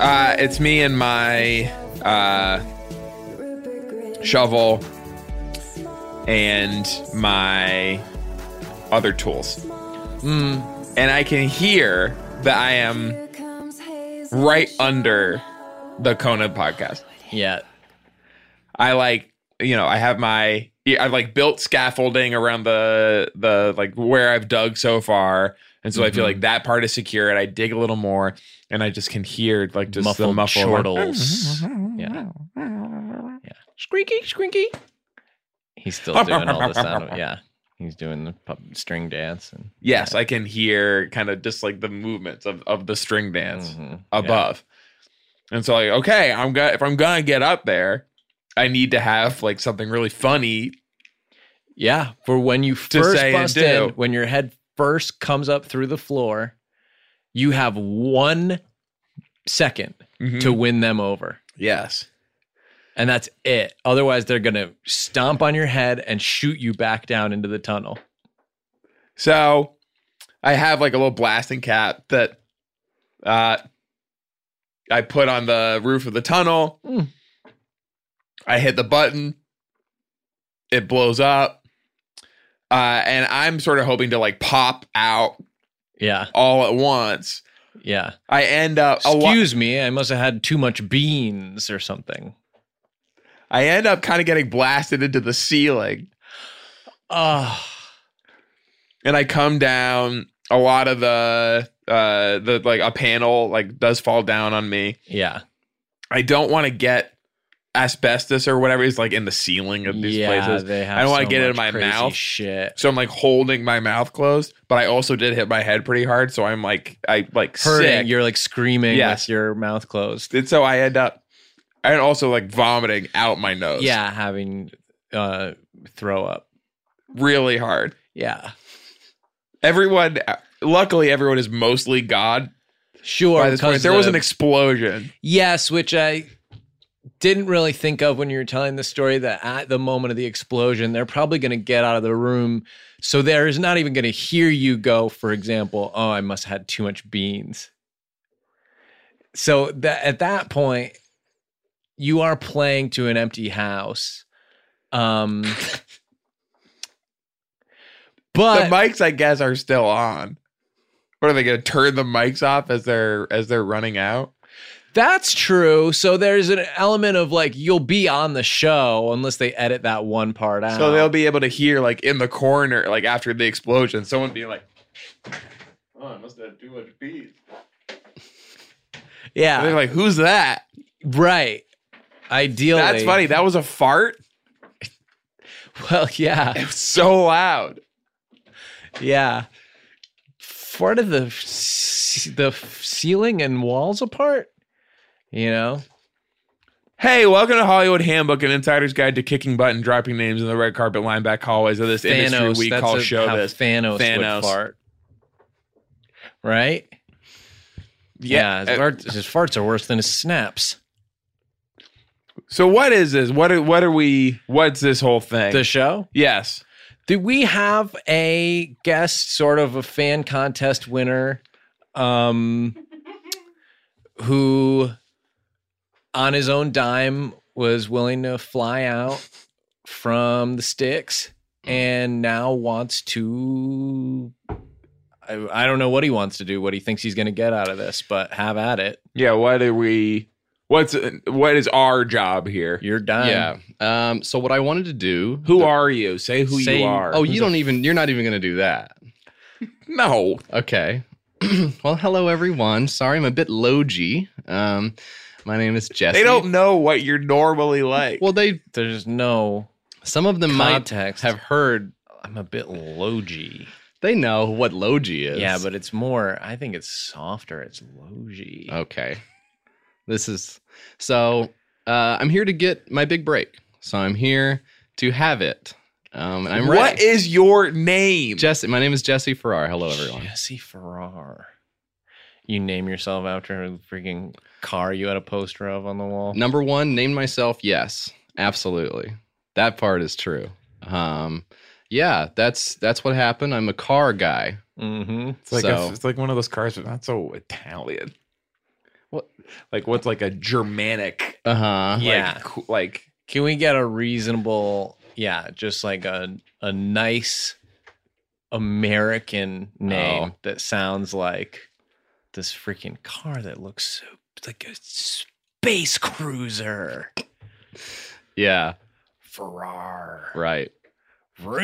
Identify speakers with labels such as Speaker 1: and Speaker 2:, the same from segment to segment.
Speaker 1: Uh, it's me and my uh, shovel and my other tools. Mm, and I can hear that I am right under the Kona podcast.
Speaker 2: Yeah.
Speaker 1: I like, you know, I have my I've like built scaffolding around the the like where I've dug so far. And so I feel like that part is secure and I dig a little more and I just can hear like just the
Speaker 2: Muffled
Speaker 1: muffle
Speaker 2: chortles. Yeah.
Speaker 1: Squeaky, squeaky.
Speaker 2: He's still doing all the sound. Yeah. He's doing the pup string dance and
Speaker 1: Yes, I can hear kind of just like the movements of, of the string dance
Speaker 2: Mhm. Yeah.
Speaker 1: above. And so like, okay, I'm gonna if I'm gonna get up there, I need to have like something really funny.
Speaker 2: Yeah, for when you first
Speaker 1: say and
Speaker 2: bust
Speaker 1: do.
Speaker 2: in, when your head first comes up through the floor, you have one second to
Speaker 1: To
Speaker 2: win them over.
Speaker 1: yes.
Speaker 2: And that's it. Otherwise, they're going to stomp on your head and shoot you back down into the tunnel.
Speaker 1: So I have like a little blasting cap that uh I put on the roof of the tunnel.
Speaker 2: Hmm.
Speaker 1: I hit the button. It blows up. Uh, and I'm sort of hoping to like pop out
Speaker 2: Yeah.
Speaker 1: all at once.
Speaker 2: Yeah.
Speaker 1: I end up a lot,
Speaker 2: Excuse me. I must have had too much beans or something.
Speaker 1: I end up kind of getting blasted into the ceiling
Speaker 2: Oh,
Speaker 1: and I come down a lot of the uh the like a panel like does fall down on me.
Speaker 2: yeah.
Speaker 1: I don't want to get asbestos or whatever is like in the ceiling of these
Speaker 2: yeah,
Speaker 1: places.
Speaker 2: They have
Speaker 1: I don't wanna
Speaker 2: so
Speaker 1: get it in
Speaker 2: much
Speaker 1: my
Speaker 2: crazy
Speaker 1: mouth.
Speaker 2: Shit.
Speaker 1: So I'm like holding my mouth closed, but I also did hit my head pretty hard, so I'm like I like
Speaker 2: Hurting.
Speaker 1: sick.
Speaker 2: You're like screaming
Speaker 1: Yes.
Speaker 2: with your mouth closed.
Speaker 1: and so I end up and also like vomiting out my nose.
Speaker 2: Yeah. Having uh, throw up.
Speaker 1: Really hard.
Speaker 2: Yeah.
Speaker 1: Everyone luckily everyone is mostly God
Speaker 2: Sure.
Speaker 1: by this point.
Speaker 2: because
Speaker 1: There was
Speaker 2: the-
Speaker 1: an explosion.
Speaker 2: yes, which I didn't really think of when you were telling the story that at the moment of the explosion, they're probably going to get out of the room. So there is not even going to hear you go, for example, oh, I must have had too much beans. So that at that point, you are playing to an empty house. Um, but
Speaker 1: the mics, I guess, are still on. What are they gonna turn the mics off as they're as they're running out?
Speaker 2: That's true. So there's an element of like you'll be on the show unless they edit that one part out.
Speaker 1: So they'll be able to hear like in the corner, like after the explosion, someone being like, "Oh, I must have too much beef." And they're
Speaker 2: yeah,
Speaker 1: like, "Who's that?"
Speaker 2: right. Ideally,
Speaker 1: That's funny. That was a fart.
Speaker 2: Well, yeah,
Speaker 1: It was so loud.
Speaker 2: yeah. Part of the c- the f- ceiling and walls apart. You know,
Speaker 1: Hey, welcome to Hollywood Handbook, an insider's guide to kicking butt and dropping names in the red carpet lineback hallways of this industry we
Speaker 2: that's
Speaker 1: call
Speaker 2: a-
Speaker 1: show
Speaker 2: how
Speaker 1: this.
Speaker 2: Thanos,
Speaker 1: Thanos.
Speaker 2: would fart. Right?
Speaker 1: yeah. uh,
Speaker 2: his, farts, his farts are worse than his snaps.
Speaker 1: so what is this? What are, what are we? What's this whole thing?
Speaker 2: The show.
Speaker 1: yes.
Speaker 2: Did we have a guest, sort of a fan contest winner, um, who on his own dime was willing to fly out from the sticks and now wants to? I, I don't know what he wants to do, what he thinks he's going to get out of this, but have at it.
Speaker 1: Yeah. What are we? What's what is our job here?
Speaker 2: You're done.
Speaker 3: Yeah. Um, so what I wanted to do.
Speaker 1: Who are you? Say who
Speaker 2: Say-
Speaker 1: you are.
Speaker 3: Oh, you don't even. You're not even going to do that.
Speaker 1: no.
Speaker 3: Okay. well, hello everyone. Sorry, I'm a bit logy. Um, my name is Jesse.
Speaker 1: They don't know what you're normally like.
Speaker 3: Well, they.
Speaker 2: There's no
Speaker 3: Some of them
Speaker 2: context.
Speaker 3: might have heard.
Speaker 2: I'm a bit logy.
Speaker 3: They know what logy is. Oh,
Speaker 2: Yeah, but it's more. I think it's softer. It's logy.
Speaker 3: okay. This is so. Uh, I'm here to get my big break. So I'm here to have it. Um, and I'm
Speaker 1: What
Speaker 3: ready.
Speaker 1: is your name?
Speaker 3: Jesse? My name is Jesse Farrar. Hello, everyone.
Speaker 2: Jesse Farrar. You name yourself after a freaking car you had a poster of on the wall.
Speaker 3: Number one, name myself. Yes, absolutely. That part is true. Um, yeah, that's that's what happened. I'm a car guy.
Speaker 2: Mm-hmm.
Speaker 1: It's like
Speaker 3: So-
Speaker 1: a, it's like one of those cars, but not so Italian. What? Like what's like a Germanic?
Speaker 3: Uh huh.
Speaker 2: Yeah.
Speaker 1: Like, co- like
Speaker 2: Can we get a reasonable, yeah, just like a a nice American
Speaker 3: Oh.
Speaker 2: name that sounds like this freaking car that looks so, like a space cruiser.
Speaker 3: Yeah.
Speaker 2: Farrar.
Speaker 3: Right.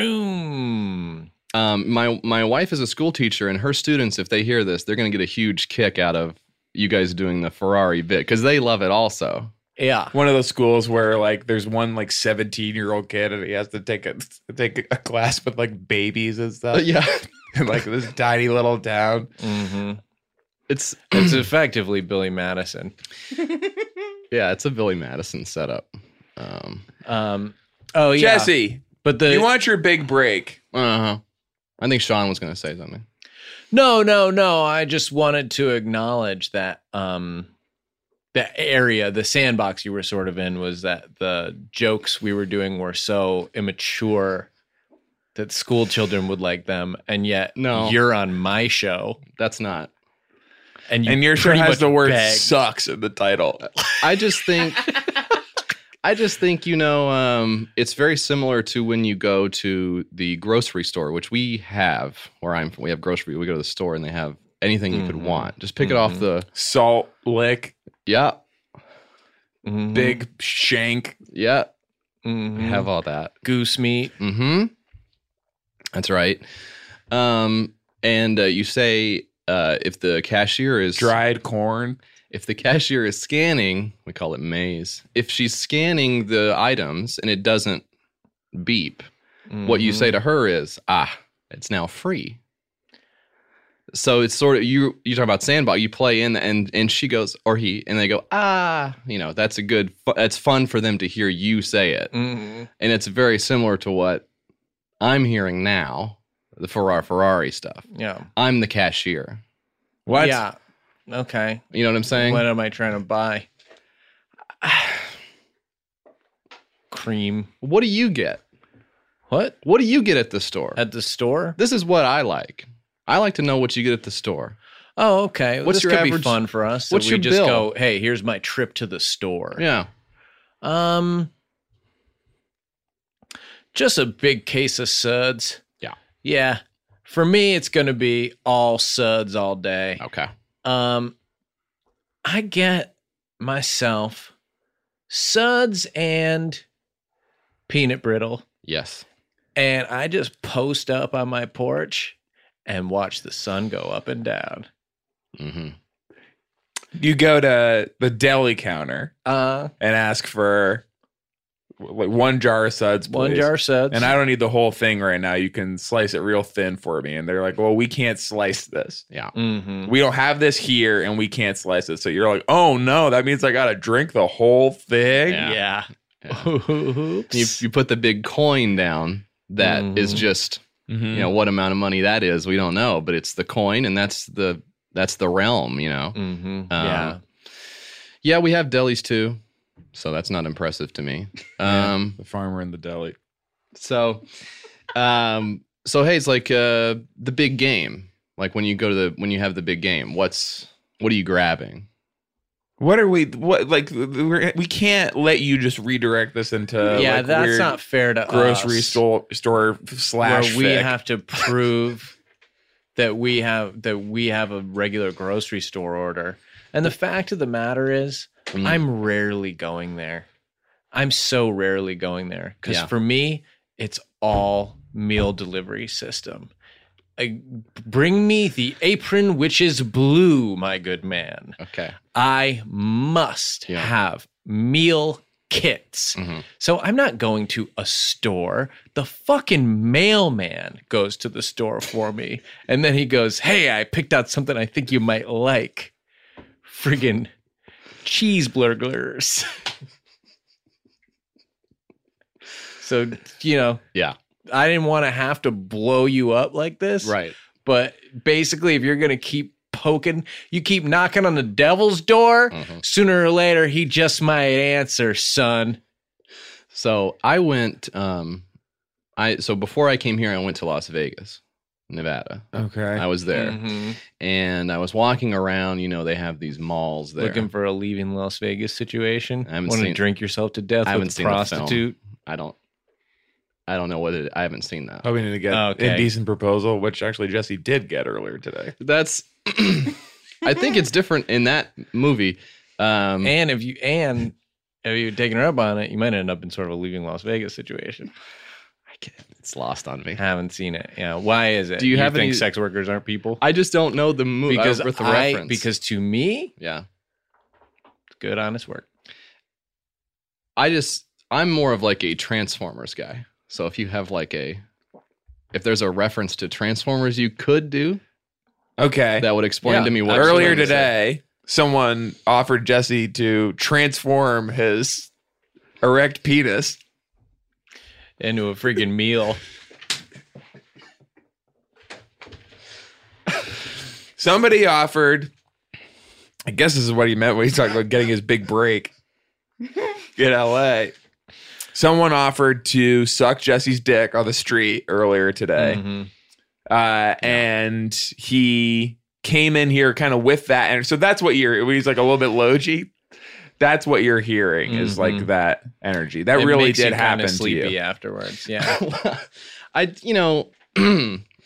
Speaker 2: Room.
Speaker 3: Um, my my wife is a school teacher, and her students, if they hear this, they're gonna get a huge kick out of you guys doing the Ferrari bit because they love it also.
Speaker 2: Yeah.
Speaker 1: one of those schools where like there's one like 17 year old kid and he has to take a take a class with like babies and stuff.
Speaker 3: yeah,
Speaker 1: in like this tiny little town.
Speaker 2: hmm
Speaker 3: it's
Speaker 2: It's effectively Billy Madison.
Speaker 3: yeah, it's a Billy Madison setup. Um,
Speaker 2: Um, oh yeah,
Speaker 1: Jesse,
Speaker 2: But the
Speaker 1: you want your big break?
Speaker 3: uh huh. I think Sean was gonna say something.
Speaker 2: no, no, no. I just wanted to acknowledge that um, the area, the sandbox you were sort of in, was that the jokes we were doing were so immature that school children would like them, and yet
Speaker 3: No.
Speaker 2: you're on my show,
Speaker 3: That's not.
Speaker 2: and you
Speaker 1: And your show
Speaker 2: pretty
Speaker 1: has
Speaker 2: much
Speaker 1: the word
Speaker 2: begged.
Speaker 1: "sucks" in the title.
Speaker 3: I just think I just think you know um, it's very similar to when you go to the grocery store, which we have where I'm from. We have grocery. We go to the store and they have anything you could
Speaker 2: Mhm.
Speaker 3: want. Just pick it off
Speaker 2: Mhm.
Speaker 3: the
Speaker 1: Salt lick,
Speaker 3: yeah
Speaker 2: Mhm,
Speaker 1: big shank.
Speaker 3: yeah.
Speaker 2: mhm.
Speaker 3: We have all that.
Speaker 2: goose meat.
Speaker 3: Mm-hmm. That's right. Um, and uh, you say uh, if the cashier is
Speaker 1: dried corn.
Speaker 3: if the cashier is scanning, we call it maze. If she's scanning the items and it doesn't beep, what you
Speaker 2: Mhm.
Speaker 3: say to her is ah it's now free so it's sort of you you talk about sandbox you play in and and she goes or he and they go ah you know that's a good fu- that's fun for them to hear you say it
Speaker 2: Mhm.
Speaker 3: and it's very similar to what i'm hearing now the ferrari ferrari stuff
Speaker 2: Yeah.
Speaker 3: i'm the cashier
Speaker 1: What?
Speaker 2: Yeah. Okay.
Speaker 3: you know what i'm saying
Speaker 2: What am I trying to buy? Cream.
Speaker 3: what do you get
Speaker 2: What?
Speaker 3: what do you get at the store
Speaker 2: At the store?
Speaker 3: this is what i like i like to know what you get at the store
Speaker 2: Oh, okay.
Speaker 3: What's
Speaker 2: this
Speaker 3: your
Speaker 2: could be
Speaker 3: average-
Speaker 2: fun for us. that
Speaker 3: what's
Speaker 2: we
Speaker 3: your
Speaker 2: just
Speaker 3: bill?
Speaker 2: go, hey, here's my trip to the store.
Speaker 3: yeah
Speaker 2: Um just a big case of suds.
Speaker 3: Yeah.
Speaker 2: Yeah. For me, it's gonna be all suds all day.
Speaker 3: okay
Speaker 2: Um, I get myself suds and peanut brittle,
Speaker 3: yes
Speaker 2: and I just post up on my porch and watch the sun go up and down.
Speaker 3: mm-hmm
Speaker 1: You go to the deli counter
Speaker 2: Uh,
Speaker 1: and ask for like one jar of suds,
Speaker 2: one
Speaker 1: please.
Speaker 2: jar suds,
Speaker 1: And I don't need the whole thing right now. You can slice it real thin for me. And they're like, "Well, we can't slice this.
Speaker 3: yeah
Speaker 2: Mhm.
Speaker 1: We don't have this here, and we can't slice it." So you're like, "Oh no, that means I gotta drink the whole thing."
Speaker 3: Yeah.
Speaker 2: Yeah.
Speaker 3: Yeah.
Speaker 2: Oops.
Speaker 3: you, you put the big coin down That is
Speaker 2: Mhm.
Speaker 3: just
Speaker 1: Mhm.
Speaker 3: you know what amount of money that is we don't know but it's the coin and that's the that's the realm you know
Speaker 2: Mhm.
Speaker 1: uh,
Speaker 3: Um,
Speaker 2: yeah.
Speaker 3: yeah we have delis too so that's not impressive to me um
Speaker 1: the farmer in the deli.
Speaker 3: so um so hey it's like uh the big game like when you go to the when you have the big game what's what are you grabbing
Speaker 1: What are we? What like we're, we can't let you just redirect this into
Speaker 2: yeah,
Speaker 1: uh, like,
Speaker 2: that's
Speaker 1: weird
Speaker 2: not fair to
Speaker 1: grocery
Speaker 2: us,
Speaker 1: store store
Speaker 2: where
Speaker 1: slash.
Speaker 2: we
Speaker 1: fic.
Speaker 2: have to prove that we have that we have a regular grocery store order. And the fact of the matter is,
Speaker 3: Mm.
Speaker 2: I'm rarely going there. I'm so rarely going there because
Speaker 3: Yeah.
Speaker 2: for me, it's all meal delivery system. I, bring me the apron which is blue, my good man.
Speaker 3: okay
Speaker 2: I must
Speaker 3: Yeah.
Speaker 2: have meal kits.
Speaker 3: Mhm.
Speaker 2: So I'm not going to a store. The fucking mailman goes to the store for me. And then he goes, Hey, I picked out something I think you might like. Friggin' cheeseburgers. so, you know,
Speaker 3: Yeah.
Speaker 2: I didn't want to have to blow you up like this.
Speaker 3: Right.
Speaker 2: But basically, if you're going to keep poking, you keep knocking on the devil's door,
Speaker 3: Mhm.
Speaker 2: sooner or later, he just might answer, son.
Speaker 3: So I went. Um, I so before I came here, I went to Las Vegas, Nevada.
Speaker 1: Okay.
Speaker 3: I was there,
Speaker 2: Mhm.
Speaker 3: and I was walking around. You know, they have these malls there.
Speaker 2: Looking for a leaving Las Vegas situation.
Speaker 3: I haven't
Speaker 2: Want to
Speaker 3: seen-
Speaker 2: drink yourself to death
Speaker 3: I haven't
Speaker 2: with a
Speaker 3: seen the film.
Speaker 2: prostitute.
Speaker 3: I don't. I don't know what it. I haven't seen that.
Speaker 1: Hoping to get
Speaker 2: Okay.
Speaker 1: indecent proposal, which actually Jesse did get earlier today.
Speaker 3: That's. I think it's different in that movie. Um,
Speaker 2: And if you and if you taken her up on it, you might end up in sort of a leaving Las Vegas situation.
Speaker 3: I can't- it's lost on me.
Speaker 2: Haven't seen it. Yeah. Why is it?
Speaker 3: Do you have
Speaker 2: think
Speaker 3: any-
Speaker 2: sex workers aren't people?
Speaker 3: I just don't know the movie
Speaker 2: because
Speaker 3: with the
Speaker 2: I-
Speaker 3: reference.
Speaker 2: because to me,
Speaker 3: yeah,
Speaker 2: it's good honest work.
Speaker 3: I just I'm more of like a Transformers guy. So if you have like a if there's a reference to Transformers you could do,
Speaker 1: Okay.
Speaker 3: that would explain
Speaker 2: Yeah.
Speaker 3: to me what
Speaker 1: earlier
Speaker 3: Transformers are.
Speaker 1: today, someone offered Jesse to transform his erect penis
Speaker 2: Into a freaking meal.
Speaker 1: Somebody offered. I guess this is what he meant when he talked about getting his big break in LA. Someone offered to suck Jesse's dick on the street earlier today.
Speaker 2: Mhm.
Speaker 1: Uh, and he came in here kind of with that. And so that's what you're, he's like a little bit logy. That's what you're hearing is like
Speaker 2: Mhm.
Speaker 1: that energy. That
Speaker 2: It
Speaker 1: really
Speaker 2: makes you
Speaker 1: did
Speaker 2: kinda
Speaker 1: happen to
Speaker 2: sleepy
Speaker 1: you.
Speaker 2: afterwards. Yeah.
Speaker 3: I you know,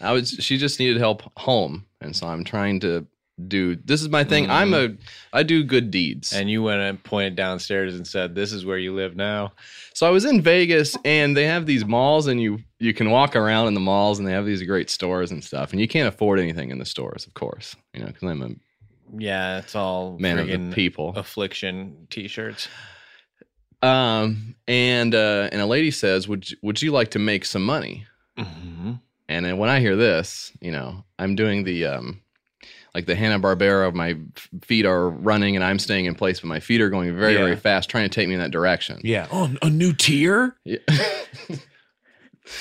Speaker 3: I was she just needed help home. And so I'm trying to do this is my thing. I'm a I do good deeds.
Speaker 2: Mm-hmm. and you went and pointed downstairs and said, "This is where you live now."
Speaker 3: So I was in Vegas and they have these malls and you you can walk around in the malls and they have these great stores and stuff and you can't afford anything in the stores, of course. You know, cuz I'm a
Speaker 2: Yeah, it's all
Speaker 3: man of
Speaker 2: friggin'
Speaker 3: the people.
Speaker 2: affliction T-shirts.
Speaker 3: Um and uh and a lady says, "Would you, would you like to make some money?"
Speaker 2: Mm-hmm.
Speaker 3: And then when I hear this, you know, I'm doing the um like the Hanna Barbera, my f- feet are running and I'm staying in place, but my feet are going very,
Speaker 1: Yeah.
Speaker 3: very fast, trying to take me in that direction.
Speaker 1: Yeah. Oh, a new tier?
Speaker 3: Yeah.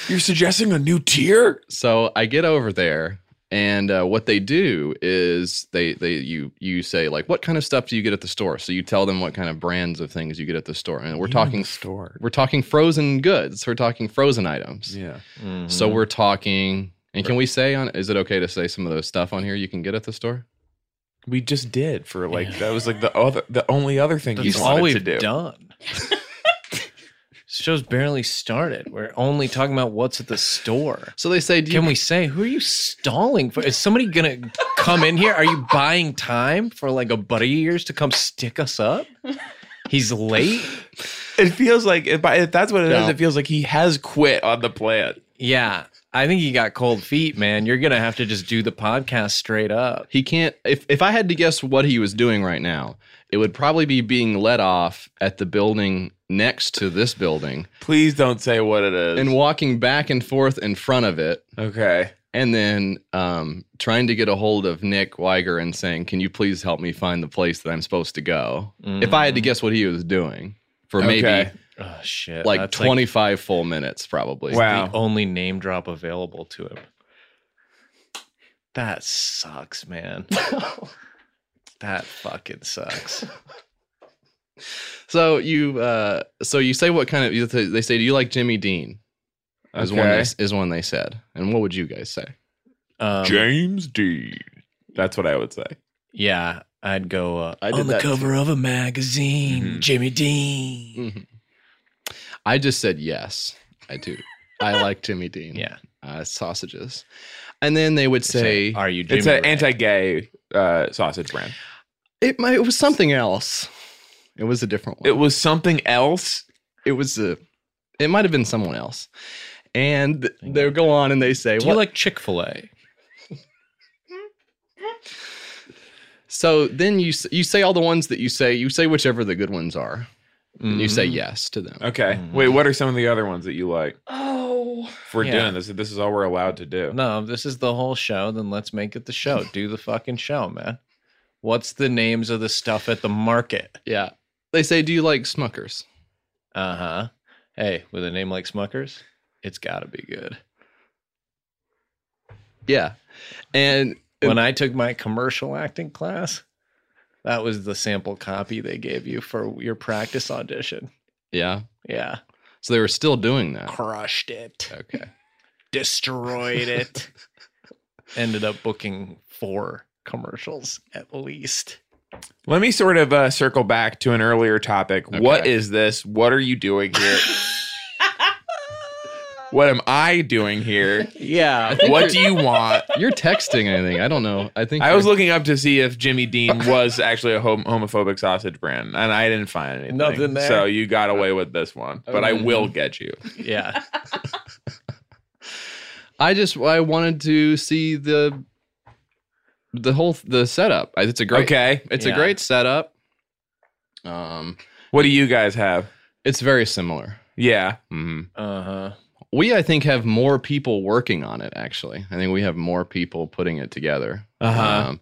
Speaker 1: You're suggesting a new tier?
Speaker 3: so I get over there, and uh, what they do is they they you you say like, what kind of stuff do you get at the store? So you tell them what kind of brands of things you get at the store, and we're talking
Speaker 1: store.
Speaker 3: we're talking frozen goods, we're talking frozen items.
Speaker 1: Yeah.
Speaker 2: Mm-hmm.
Speaker 3: So we're talking, and can we say on? Is it okay to say some of the stuff on here you can get at the store?
Speaker 1: We just did for like that was like the other the only other thing you
Speaker 2: That's all
Speaker 1: wanted
Speaker 2: we've
Speaker 1: to do.
Speaker 2: done. This show's barely started. We're only talking about what's at the store.
Speaker 3: So they say, do you,
Speaker 2: Can we say who are you stalling for? Is somebody gonna come in here? Are you buying time for like a buddy of yours to come stick us up? He's late.
Speaker 1: It feels like if, I- if that's what it is,
Speaker 3: No.
Speaker 1: it feels like he has quit on the plan.
Speaker 2: Yeah, I think he got cold feet, man. You're gonna have to just do the podcast straight up.
Speaker 3: He can't. If if I had to guess what he was doing right now, it would probably be being let off at the building next to this building
Speaker 1: Please don't say what it is.
Speaker 3: and walking back and forth in front of it,
Speaker 1: okay.
Speaker 3: and then um, trying to get a hold of Nick Weiger and saying, "Can you please help me find the place that I'm supposed to go?" If I had to guess what he was doing for
Speaker 1: Okay.
Speaker 3: maybe
Speaker 2: Oh shit!
Speaker 3: like
Speaker 2: that's
Speaker 3: 25 full minutes, probably.
Speaker 2: the
Speaker 1: Wow.
Speaker 2: only name drop available to him. That sucks, man. that fucking sucks.
Speaker 3: So you uh, so you say what kind of you- they say? Do you like Jimmy Dean? Is one they,
Speaker 1: Okay.
Speaker 3: is one they said. And what would you guys say?
Speaker 2: Um,
Speaker 1: James D. That's what I would say.
Speaker 2: yeah, I'd go uh, Mm-hmm.
Speaker 3: I did that
Speaker 2: of a magazine, Jimmy Dean.
Speaker 3: I just said yes. I do. I like Jimmy Dean.
Speaker 2: Yeah,
Speaker 3: Uh, sausages. And then they would say,
Speaker 2: Say, are you? Jimmy
Speaker 1: It's an
Speaker 2: Ray?"
Speaker 1: anti-gay uh, sausage brand.
Speaker 3: it, might, it was something else. It was a different one.
Speaker 1: It was something else.
Speaker 3: It, was a, it might have been someone else. And they'll go on and they say,
Speaker 2: Do
Speaker 3: what?
Speaker 2: you like Chick Fil A?
Speaker 3: so then you, s- you say all the ones that you say, you say whichever the good ones are. And you say
Speaker 2: Mm-hmm.
Speaker 3: yes to them.
Speaker 1: Okay. Wait, what are some of the other ones that you like?
Speaker 3: Oh.
Speaker 1: If we're
Speaker 2: Yeah.
Speaker 1: doing this, this is all we're allowed to do.
Speaker 2: No, if this is the whole show. Then let's make it the show. Do the fucking show, man. What's the names of the stuff at the market?
Speaker 3: Yeah. They say, Do you like Smuckers?
Speaker 2: Uh huh. Hey, with a name like Smuckers, it's got to be good.
Speaker 3: Yeah. And
Speaker 2: When I took my commercial acting class, that was the sample copy they gave you for your practice audition.
Speaker 3: yeah.
Speaker 2: Yeah.
Speaker 3: So they were still doing that.
Speaker 2: Crushed it,
Speaker 3: Okay.
Speaker 2: destroyed it. Ended up booking four commercials at least.
Speaker 1: Let me sort of uh, circle back to an earlier topic. What
Speaker 3: Okay.
Speaker 1: is this? What are you doing here? what am I doing here?
Speaker 2: Yeah.
Speaker 1: What do you want?
Speaker 3: You're texting anything. I don't know. I think
Speaker 1: I was
Speaker 3: you're-
Speaker 1: looking up to see if Jimmy Dean was actually a hom- homophobic sausage brand, and I didn't find anything.
Speaker 2: Nothing there.
Speaker 1: So you got away with this one, but I will get you.
Speaker 2: Yeah.
Speaker 3: I just I wanted to see the the whole the setup. I- It's a great
Speaker 1: Okay.
Speaker 3: It's
Speaker 2: Yeah.
Speaker 3: a great setup. Um
Speaker 1: What do you guys have?
Speaker 3: it's very similar.
Speaker 1: Yeah.
Speaker 3: hmm
Speaker 2: Uh huh.
Speaker 3: We I think have more people working on it actually. I think we have more people putting it together.
Speaker 1: Uh-huh.
Speaker 3: Um,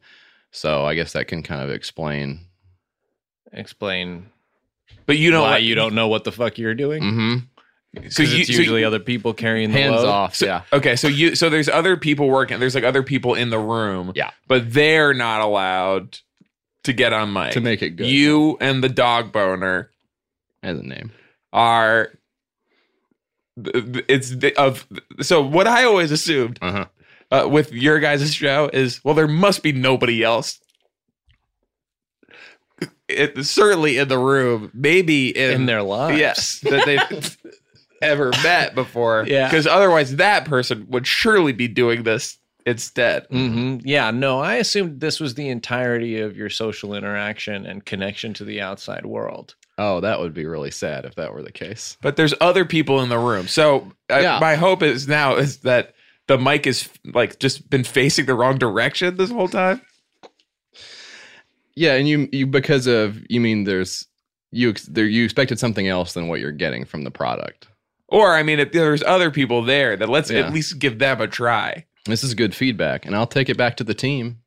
Speaker 3: so I guess that can kind of explain
Speaker 2: Explain
Speaker 1: But you don't.
Speaker 2: why
Speaker 1: like-
Speaker 2: you don't know what the fuck you're doing.
Speaker 3: hmm
Speaker 1: so
Speaker 2: Because
Speaker 1: you-
Speaker 2: it's
Speaker 1: so you-
Speaker 2: usually other people carrying the
Speaker 3: hands
Speaker 2: load.
Speaker 3: off.
Speaker 1: So,
Speaker 3: yeah.
Speaker 1: Okay. So you. So there's other people working. There's like other people in the room.
Speaker 3: Yeah.
Speaker 1: But they're not allowed to get on mic
Speaker 3: To make it good.
Speaker 1: You and the dog boner
Speaker 3: as a name.
Speaker 1: are. th- th- It's the- of so what I always assumed
Speaker 3: Uh-huh.
Speaker 1: uh, with your guys' show is well, there must be nobody else. It, certainly in the room, maybe in,
Speaker 2: in their lives.
Speaker 1: yes that they've ever met before.
Speaker 2: Yeah.
Speaker 1: because otherwise that person would surely be doing this instead.
Speaker 2: hmm Yeah. No, I assumed this was the entirety of your social interaction and connection to the outside world.
Speaker 3: Oh, that would be really sad if that were the case.
Speaker 1: But there's other people in the room, so uh,
Speaker 3: Yeah.
Speaker 1: my hope is now is that the mic is like just been facing the wrong direction this whole time.
Speaker 3: Yeah, and you you because of you mean there's you ex- there you expected something else than what you're getting from the product.
Speaker 1: Or I mean, if there's other people there, then let's
Speaker 3: Yeah.
Speaker 1: at least give them a try.
Speaker 3: This is good feedback, and I'll take it back to the team.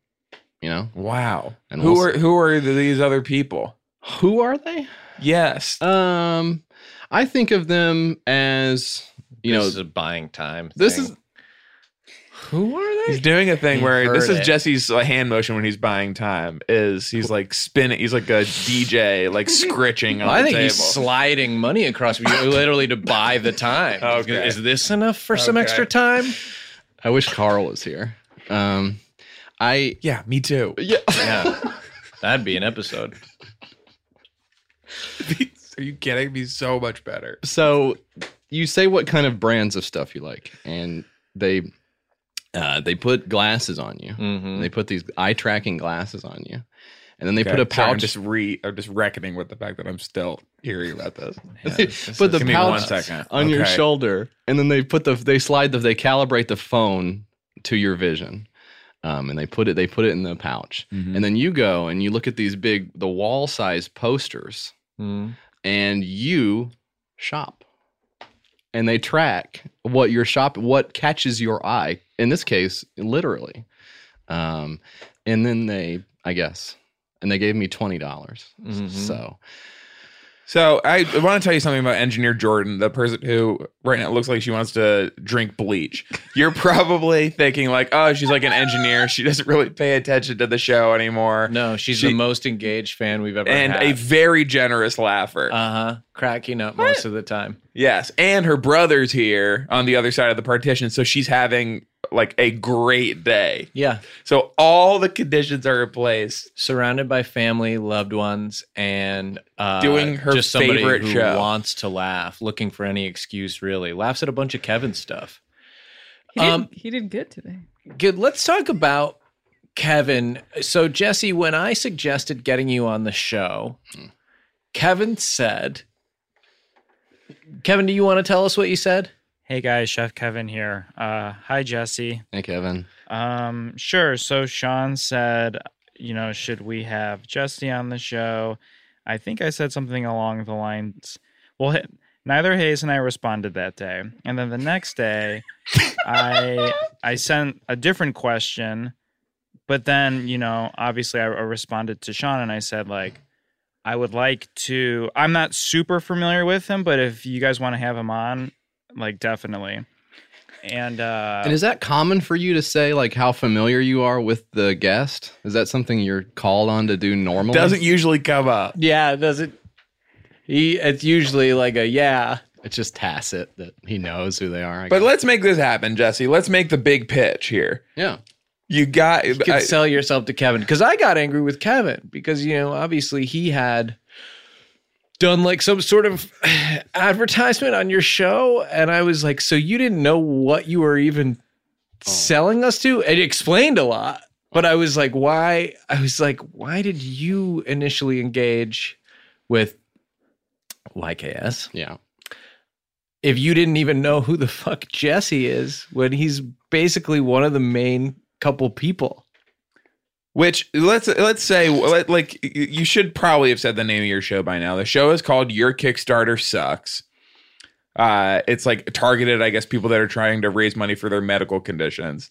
Speaker 3: You know
Speaker 1: Wow.
Speaker 3: And
Speaker 1: who
Speaker 3: we'll
Speaker 1: are who are these other people?
Speaker 3: who are they?
Speaker 1: Yes.
Speaker 3: Um, I think of them as you
Speaker 2: this
Speaker 3: know
Speaker 2: is a buying time.
Speaker 3: this
Speaker 2: thing.
Speaker 3: is
Speaker 2: who are
Speaker 1: He's doing a thing
Speaker 2: You
Speaker 1: where this
Speaker 2: heard
Speaker 1: is
Speaker 2: it.
Speaker 1: Jesse's uh, hand motion when he's buying time. Is he's like spinning? He's like a DJ, like scritching on
Speaker 2: I
Speaker 1: the
Speaker 2: think
Speaker 1: table.
Speaker 2: he's sliding money across literally to buy the time.
Speaker 1: Okay.
Speaker 2: Is this enough for some
Speaker 1: Okay.
Speaker 2: extra time?
Speaker 3: I wish Carl was here. Um, I
Speaker 1: yeah, me too.
Speaker 3: yeah
Speaker 2: Yeah. That'd be an episode.
Speaker 1: Are you kidding me? So much better.
Speaker 3: so you say what kind of brands of stuff you like and they uh, they put glasses on you
Speaker 1: Mm-hmm.
Speaker 2: Mhm.
Speaker 3: they put these eye tracking glasses on you and then they
Speaker 1: Okay,
Speaker 3: put a
Speaker 1: sorry, I'm
Speaker 3: pouch
Speaker 1: just re. I'm just reckoning with the fact that I'm still hearing about this.
Speaker 3: put the
Speaker 1: Give me one
Speaker 3: pouch
Speaker 1: second
Speaker 3: on your
Speaker 1: Okay.
Speaker 3: shoulder and then they put the they slide the they calibrate the phone to your vision um, and they put it they put it in the pouch
Speaker 1: Mm-hmm.
Speaker 3: and then you go and you look at these big the wall size posters
Speaker 2: Mm.
Speaker 3: and you shop and they track what your shop what catches your eye in this case literally um and then they i guess and they gave me $20 dollars
Speaker 2: Mhm.
Speaker 3: so
Speaker 1: So I want to tell you something about Engineer Jordan, the person who right now looks like she wants to drink bleach. You're probably thinking like, oh, she's like an engineer. She doesn't really pay attention to the show anymore.
Speaker 2: No, she's
Speaker 1: She-
Speaker 2: the most engaged fan we've ever
Speaker 1: and
Speaker 2: had.
Speaker 1: a very generous laugher.
Speaker 2: uh huh. Cracking up most of the time.
Speaker 1: yes, and her brother's here on the other side of the partition, so she's having like a great day.
Speaker 2: Yeah.
Speaker 1: So all the conditions are in place.
Speaker 2: surrounded by family, loved ones, and uh,
Speaker 1: Doing her
Speaker 2: just somebody
Speaker 1: favorite
Speaker 2: who
Speaker 1: show.
Speaker 2: wants to laugh, looking for any excuse. Really, laughs at a bunch of Kevin stuff.
Speaker 4: He did,
Speaker 2: Um,
Speaker 4: he did good today.
Speaker 2: Good. Let's talk about Kevin. So Jesse, when I suggested getting you on the show, Kevin said, "Kevin, do you want to tell us what you said?"
Speaker 5: Hey guys, Chef Kevin here. Uh, hi Jesse.
Speaker 3: thank you evan
Speaker 5: Um, sure. So Sean said, you know, should we have Jesse on the show? I think I said something along the lines. Well, he- neither Hayes and I responded that day, and then the next day, I I sent a different question But then, you know, obviously I, I responded to Sean and I said, like, I would like to, I'm not super familiar with him, but if you guys want to have him on, like, definitely. And, uh,
Speaker 3: And is that common for you to say like how familiar you are with the guest? Is that something you're called on to do normally?
Speaker 1: Doesn't usually come up.
Speaker 2: Yeah, does it? He, it's usually like a yeah.
Speaker 3: it's just tacit that he knows who they are. I
Speaker 1: But
Speaker 3: guess.
Speaker 1: let's make this happen, Jesse. Let's make the big pitch here.
Speaker 3: yeah,
Speaker 1: You got
Speaker 2: You could
Speaker 1: I-
Speaker 2: sell yourself to Kevin because I got angry with Kevin because you know obviously he had done like some sort of advertisement on your show, and I was like, so you didn't know what you were even selling us to? It explained a lot, but I was like, why? I was like, why did you initially engage with YKS?
Speaker 3: yeah.
Speaker 2: if you didn't even know who the fuck Jesse is when he's basically one of the main couple people.
Speaker 1: Which let's let's say let- like y- you should probably have said the name of your show by now. The show is called Your Kickstarter Sucks. Uh, it's like targeted, I guess, people that are trying to raise money for their medical conditions.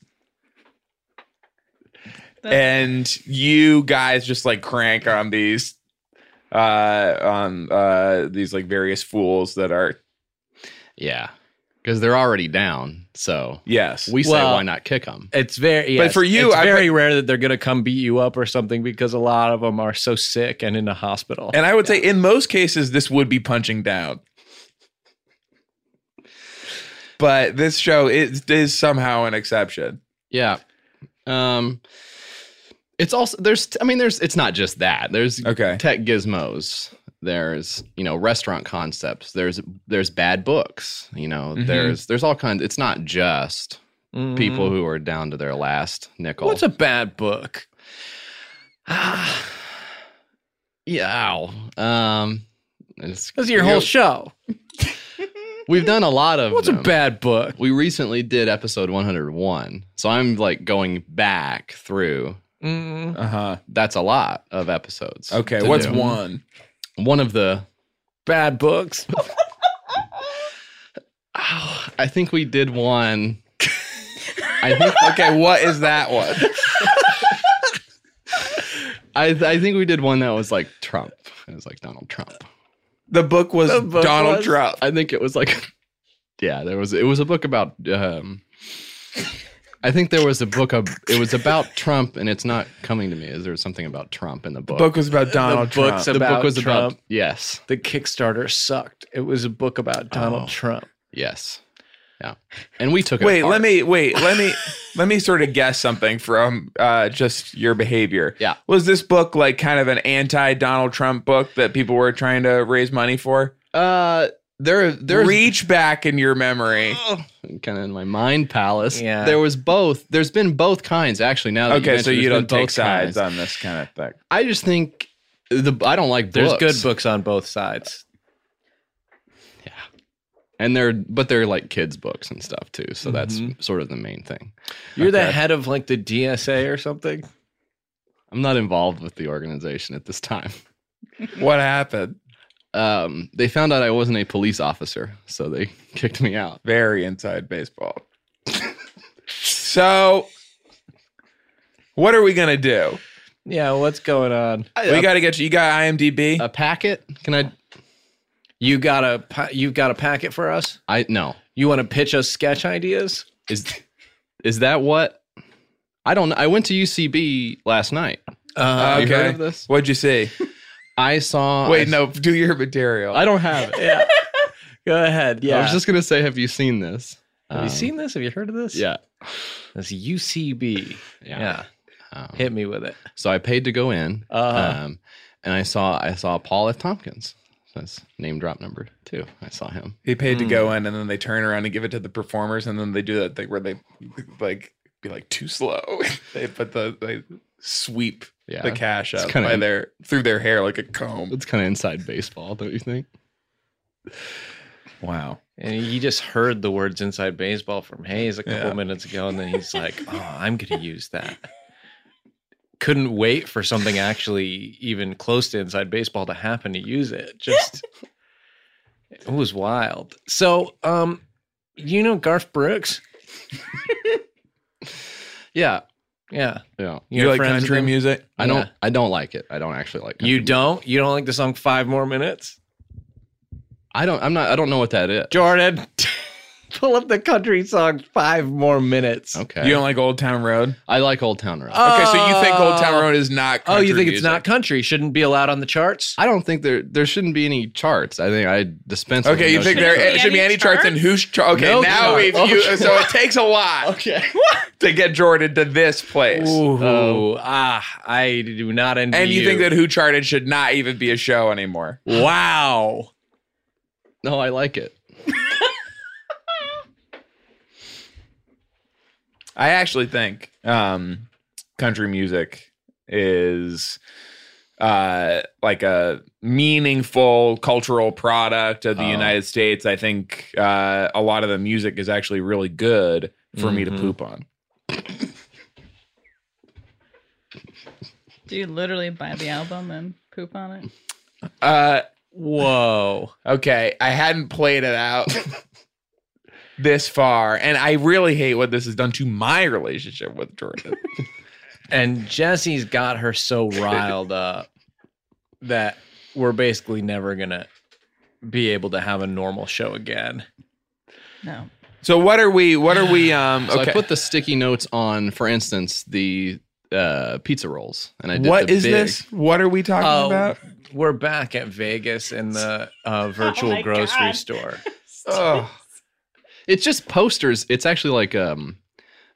Speaker 1: and you guys just like crank on these, uh, on uh, these like various fools that are
Speaker 3: Yeah, because they're already down. So
Speaker 1: yes.
Speaker 3: we say,
Speaker 2: Well-
Speaker 3: why not kick them?
Speaker 2: It's very,
Speaker 1: But
Speaker 2: yes,
Speaker 1: for you,
Speaker 2: it's
Speaker 1: I-
Speaker 2: very rare that they're going to come beat you up or something because a lot of them are so sick and in the hospital.
Speaker 1: and I would say in most cases this would be punching down. But this show is, is somehow an exception.
Speaker 3: Yeah. Um, it's also there's I mean there's it's not just that there's
Speaker 1: Okay.
Speaker 3: tech gizmos there's you know restaurant concepts there's there's bad books you know
Speaker 2: Mm-hmm.
Speaker 1: Mhm.
Speaker 3: there's there's all kinds it's not just
Speaker 2: Mhm.
Speaker 3: people who are down to their last nickel
Speaker 2: What's a bad book?
Speaker 3: yeah ow. um it's,
Speaker 2: That's your
Speaker 3: you know,
Speaker 2: whole show.
Speaker 3: we've done a lot of
Speaker 2: What's a
Speaker 3: them.
Speaker 2: bad book?
Speaker 3: we recently did episode 101 so i'm like going back through
Speaker 2: Mm.
Speaker 1: Uh huh.
Speaker 3: that's a lot of episodes
Speaker 1: Okay.
Speaker 3: to
Speaker 1: What's
Speaker 3: do.
Speaker 1: one?
Speaker 3: one of the
Speaker 2: Bad books.
Speaker 3: Oh, I think we did one. I think
Speaker 1: Okay. What is that one?
Speaker 3: I, I think we did one that was like Trump. It was like Donald Trump.
Speaker 1: The book was
Speaker 2: The book
Speaker 1: Donald
Speaker 2: was-
Speaker 1: Trump.
Speaker 3: I think it was like yeah, there was it was a book about um I think there was a book of it was about Trump and it's not coming to me. Is there something about Trump in the book?
Speaker 1: The book was about Donald Trump.
Speaker 2: book's
Speaker 3: The
Speaker 2: about
Speaker 3: book was
Speaker 2: Trump.
Speaker 3: about yes.
Speaker 2: the Kickstarter sucked. It was a book about Donald
Speaker 3: Oh.
Speaker 2: Trump.
Speaker 3: Yes. Yeah. And we took it
Speaker 1: Wait,
Speaker 3: apart.
Speaker 1: let me wait. Let me let me sort of guess something from uh, just your behavior.
Speaker 3: Yeah.
Speaker 1: Was this book like kind of an anti Donald Trump book that people were trying to raise money for?
Speaker 3: uh there there's
Speaker 1: Reach back in your memory.
Speaker 3: kind of in my mind palace.
Speaker 2: Yeah.
Speaker 3: There was both. There's been both kinds actually. Now that
Speaker 1: Okay, so
Speaker 3: mention it,
Speaker 1: you
Speaker 3: Oh, there's
Speaker 1: don't
Speaker 3: been
Speaker 1: take
Speaker 3: both kinds.
Speaker 1: sides on this kind of thing.
Speaker 3: I just think the I don't like
Speaker 2: There's
Speaker 3: books.
Speaker 2: good books on both sides.
Speaker 3: and they're but they're like kids books and stuff too. So
Speaker 2: Mm-hmm.
Speaker 3: that's sort of the main thing.
Speaker 2: You're the
Speaker 1: Okay.
Speaker 2: head of like the DSA or something.
Speaker 3: I'm not involved with the organization at this time.
Speaker 1: What happened?
Speaker 3: Um, they found out I wasn't a police officer, so they kicked me out.
Speaker 1: Very inside baseball. so, what are we gonna do?
Speaker 2: Yeah, what's going on?
Speaker 3: uh,
Speaker 1: We got to get you. You got IMDb.
Speaker 3: A packet? Can I?
Speaker 2: You got a pa- you got a packet for us?
Speaker 3: I no.
Speaker 2: You want to pitch us sketch ideas?
Speaker 3: Is is that what? I don't. I went to UCB last night.
Speaker 2: Uh,
Speaker 3: you heard of this?
Speaker 1: What'd you see?
Speaker 3: I saw.
Speaker 1: Wait,
Speaker 3: I-
Speaker 1: no. Do your material.
Speaker 3: I don't have it.
Speaker 2: yeah. Go ahead. Yeah.
Speaker 3: I was just gonna say, have you seen this? Um,
Speaker 2: Have you seen this? Have you heard of this?
Speaker 3: Yeah.
Speaker 2: This UCB.
Speaker 3: Yeah. Um,
Speaker 2: Hit me with it.
Speaker 3: So I paid to go in,
Speaker 2: Uh-huh.
Speaker 3: um, and I saw I saw Paul F. Tompkins. That's name drop number two. I saw him.
Speaker 1: He paid to
Speaker 3: Hmm.
Speaker 1: go in, and then they turn around and give it to the performers, and then they do that thing where they like be like too slow. they put the they sweep
Speaker 3: Yeah.
Speaker 1: the cash
Speaker 3: It's
Speaker 1: up
Speaker 3: kinda-
Speaker 1: by their through their hair like a comb.
Speaker 3: It's kind of inside baseball, don't you think?
Speaker 1: Wow.
Speaker 2: And you just heard the words inside baseball from Hayes a couple
Speaker 1: Yeah.
Speaker 2: minutes ago, and then he's like, "Oh, I'm going to use that." Couldn't wait for something actually even close to inside baseball to happen to use it. Just it was wild. So, um, you know Garth Brooks?
Speaker 3: Yeah.
Speaker 2: Yeah.
Speaker 3: Yeah.
Speaker 1: You,
Speaker 2: You're
Speaker 1: like
Speaker 2: friends with
Speaker 1: country
Speaker 2: them?
Speaker 1: music?
Speaker 3: I don't.
Speaker 2: Yeah.
Speaker 3: I don't like it. I don't actually like. country
Speaker 2: You
Speaker 3: music.
Speaker 2: don't? You don't like the song Five More Minutes?
Speaker 3: I don't. I'm not. I don't know what that is.
Speaker 2: Jordan, pull up the country song Five More Minutes.
Speaker 3: Okay.
Speaker 1: You don't like Old Town Road?
Speaker 3: I like Old Town Road.
Speaker 1: Okay, so you think Old
Speaker 2: Oh.
Speaker 1: Town Road is not?
Speaker 2: Oh, you
Speaker 1: country
Speaker 2: think it's
Speaker 1: music.
Speaker 2: not country? Shouldn't be allowed on the charts?
Speaker 3: I don't think there there shouldn't be any charts. I think I dispense. with
Speaker 1: Okay,
Speaker 3: the
Speaker 1: you think
Speaker 3: notion
Speaker 1: there
Speaker 3: of
Speaker 1: it
Speaker 3: charts.
Speaker 1: should be any charts and who's chart? Okay,
Speaker 3: No
Speaker 1: now
Speaker 3: chart.
Speaker 1: we've you, so it takes a lot
Speaker 3: Okay.
Speaker 1: to get Jordan to this place.
Speaker 2: Ooh, ah, I do not envy
Speaker 1: Oh. And you,
Speaker 2: you
Speaker 1: think that Who Charted should not even be a show anymore?
Speaker 2: Wow.
Speaker 3: No, I like it.
Speaker 1: I actually think um, country music is uh, like a meaningful cultural product of the
Speaker 3: Oh.
Speaker 1: United States. I think uh, a lot of the music is actually really good for me
Speaker 2: Mm-hmm.
Speaker 1: to poop on.
Speaker 4: Do you literally buy the album and poop on it?
Speaker 1: Uh,
Speaker 2: Whoa.
Speaker 1: Okay, I hadn't played it out this far, and I really hate what this has done to my relationship with Jordan.
Speaker 2: And Jesse's got her so riled up that we're basically never going to be able to have a normal show again.
Speaker 4: No.
Speaker 1: so what are we? What are we? Um,
Speaker 3: So
Speaker 1: okay,
Speaker 3: I put the sticky notes on, for instance, the uh, pizza rolls, and I did
Speaker 1: what
Speaker 3: the
Speaker 1: is
Speaker 3: big- Oh.
Speaker 1: this? What are we talking about?
Speaker 2: we're back at Vegas in the
Speaker 1: Oh
Speaker 2: uh, virtual
Speaker 4: my
Speaker 2: grocery
Speaker 4: God.
Speaker 2: store.
Speaker 1: Ugh.
Speaker 3: It's just posters. It's actually like um,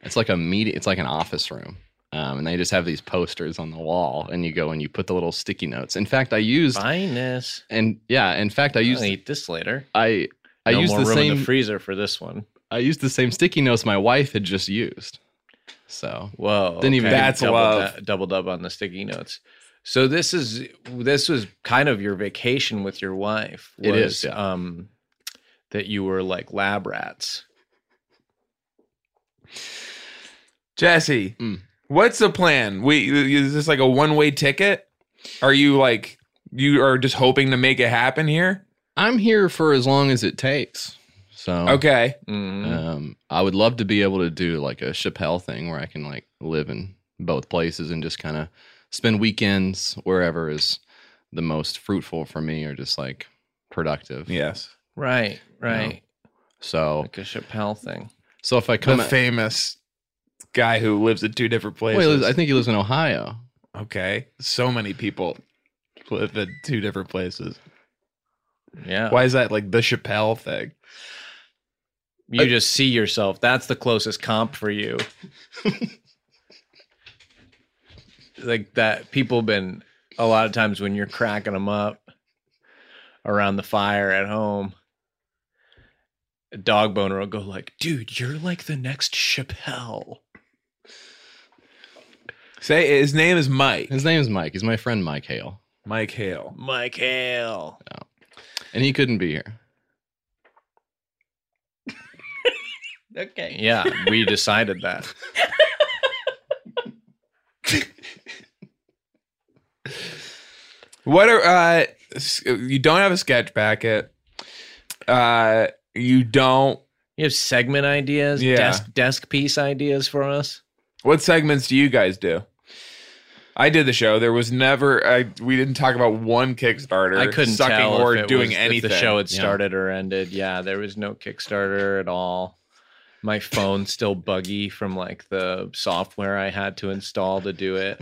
Speaker 3: it's like a meeting. It's like an office room, um, and they just have these posters on the wall, and you go and you put the little sticky notes. In fact, I used
Speaker 2: Finest.
Speaker 3: and yeah, in fact, I
Speaker 2: I'll
Speaker 3: used
Speaker 2: eat this later.
Speaker 3: I I
Speaker 2: no
Speaker 3: used
Speaker 2: more
Speaker 3: the
Speaker 2: room
Speaker 3: same
Speaker 2: in the freezer for this one.
Speaker 3: I used the same sticky notes my wife had just used. So
Speaker 2: Whoa.
Speaker 3: Didn't even-
Speaker 1: That's
Speaker 2: doubled
Speaker 1: love.
Speaker 2: up- doubled up on the sticky notes. So this is this was kind of your vacation with your wife. Was,
Speaker 3: It is, yeah.
Speaker 2: um that you were like lab rats.
Speaker 1: Jesse,
Speaker 3: Mm.
Speaker 1: what's the plan? We is this like a one way ticket? Are you like you are just hoping to make it happen here?
Speaker 3: I'm here for as long as it takes. So
Speaker 1: Okay,
Speaker 2: Mhm.
Speaker 1: Mm-hmm.
Speaker 3: um, I would love to be able to do like a Chappelle thing where I can like live in both places and just kind of spend weekends wherever is the most fruitful for me or just like productive.
Speaker 1: yes,
Speaker 2: Right, right.
Speaker 3: So
Speaker 2: Like a Chappelle thing.
Speaker 3: so if I
Speaker 1: the
Speaker 3: come, out-
Speaker 1: famous guy who lives in two different
Speaker 3: Wait,
Speaker 1: places.
Speaker 3: he lives- I think he lives in Ohio.
Speaker 1: Okay. So many people live in two different places.
Speaker 2: Yeah.
Speaker 1: Why is that like the Chappelle thing?
Speaker 2: You just see yourself. That's the closest comp for you. like that people been a lot of times when you're cracking them up around the fire at home. A dog boner will go like, dude, you're like the next Chappelle.
Speaker 1: Say his name is Mike.
Speaker 3: His name is Mike. He's my friend Mike Hale,
Speaker 1: Mike Hale.
Speaker 2: Mike Hale.
Speaker 3: and he couldn't be here.
Speaker 4: Okay.
Speaker 2: Yeah, we decided that.
Speaker 1: What are uh s- you don't have a sketch packet. Uh you don't
Speaker 2: You have segment ideas,
Speaker 1: Yeah.
Speaker 2: desk desk piece ideas for us.
Speaker 1: what segments do you guys do? I did the show. There was never I we didn't talk about one Kickstarter.
Speaker 2: I couldn't
Speaker 1: sucking
Speaker 2: tell
Speaker 1: or
Speaker 2: if it
Speaker 1: doing
Speaker 2: was-
Speaker 1: anything.
Speaker 2: If the show had
Speaker 3: Yeah.
Speaker 2: started or ended. Yeah, there was no Kickstarter at all. My phone's still buggy from like the software I had to install to do it.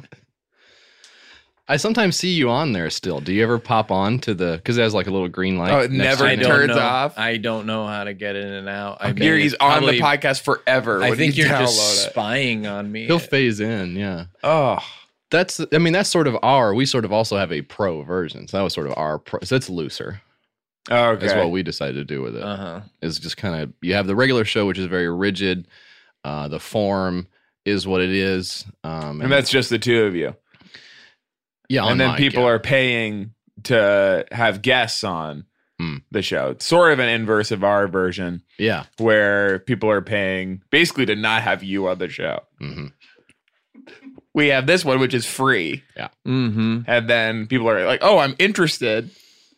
Speaker 3: I sometimes see you on there still. Do you ever pop on to the because it has like a little green light?
Speaker 1: Oh, it
Speaker 3: next
Speaker 1: never
Speaker 3: to your name?
Speaker 1: Turn
Speaker 2: I don't
Speaker 1: turns
Speaker 2: know.
Speaker 1: off?
Speaker 2: I don't know how to get in and out. I
Speaker 1: You're,
Speaker 2: mean,
Speaker 1: he's
Speaker 2: it's
Speaker 1: on the
Speaker 2: probably-
Speaker 1: podcast forever.
Speaker 2: I
Speaker 1: when
Speaker 2: think
Speaker 1: you
Speaker 2: you're
Speaker 1: download
Speaker 2: just
Speaker 1: it.
Speaker 2: spying on me.
Speaker 3: He'll phase in, yeah.
Speaker 1: Oh,
Speaker 3: That's I mean that's sort of our. We sort of also have a pro version, so that was sort of our pro. So that's looser.
Speaker 1: okay.
Speaker 3: That's what we decided to do with it.
Speaker 2: Uh huh.
Speaker 3: Is just kind of you have the regular show, which is very rigid. Uh, the form is what it is, um,
Speaker 1: and that's just the two of you.
Speaker 3: yeah.
Speaker 1: and then
Speaker 3: online,
Speaker 1: people
Speaker 3: yeah.
Speaker 1: are paying to have guests on
Speaker 3: Hmm.
Speaker 1: the show. It's sort of an inverse of our version
Speaker 3: yeah.
Speaker 1: where people are paying basically to not have you on the show.
Speaker 3: hmm
Speaker 1: We have this one which is free,
Speaker 2: Mm
Speaker 1: and then people are like, "Oh, I'm interested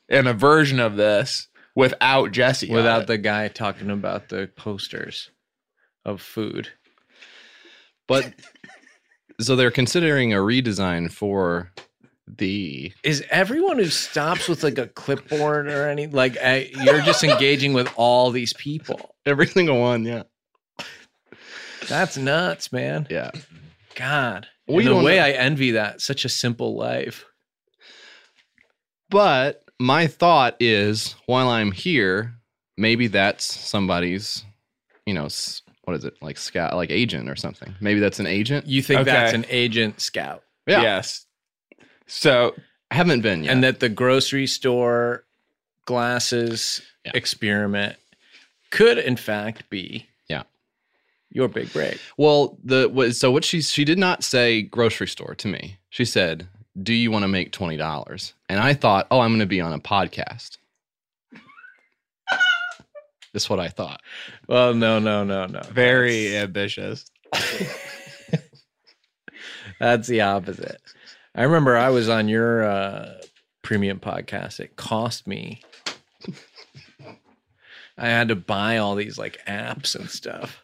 Speaker 1: in a version of this without Jesse."
Speaker 2: hmm.
Speaker 1: on
Speaker 2: Without
Speaker 1: it."
Speaker 2: the guy talking about the posters of food.
Speaker 3: But so they're considering a redesign for the
Speaker 2: Is everyone who stops with like a clipboard or any like I, you're just engaging with all these people?
Speaker 3: every single one. Yeah,
Speaker 2: That's nuts, man.
Speaker 3: yeah.
Speaker 2: God,
Speaker 3: We
Speaker 2: in a
Speaker 3: don't
Speaker 2: way,
Speaker 3: know.
Speaker 2: I envy that. Such a simple life.
Speaker 3: But my thought is, while I'm here, maybe that's somebody's, you know, s- what is it like scout, like agent or something. Maybe that's an agent.
Speaker 2: You think
Speaker 1: Okay.
Speaker 2: that's an agent scout,
Speaker 3: Yeah,
Speaker 1: Yes. So
Speaker 3: I haven't been yet.
Speaker 2: and that the grocery store glasses
Speaker 3: Yeah.
Speaker 2: experiment could, in fact, be
Speaker 3: Yeah.
Speaker 2: your big break.
Speaker 3: Well, the what, so what she she did not say grocery store to me. She said, "Do you want to make twenty dollars?" And I thought, "Oh, I'm going to be on a podcast." That's what I thought.
Speaker 2: Well, no, no, no, no.
Speaker 1: very ambitious.
Speaker 2: That's the opposite. I remember I was on your uh, premium podcast. It cost me. I had to buy all these like apps and stuff.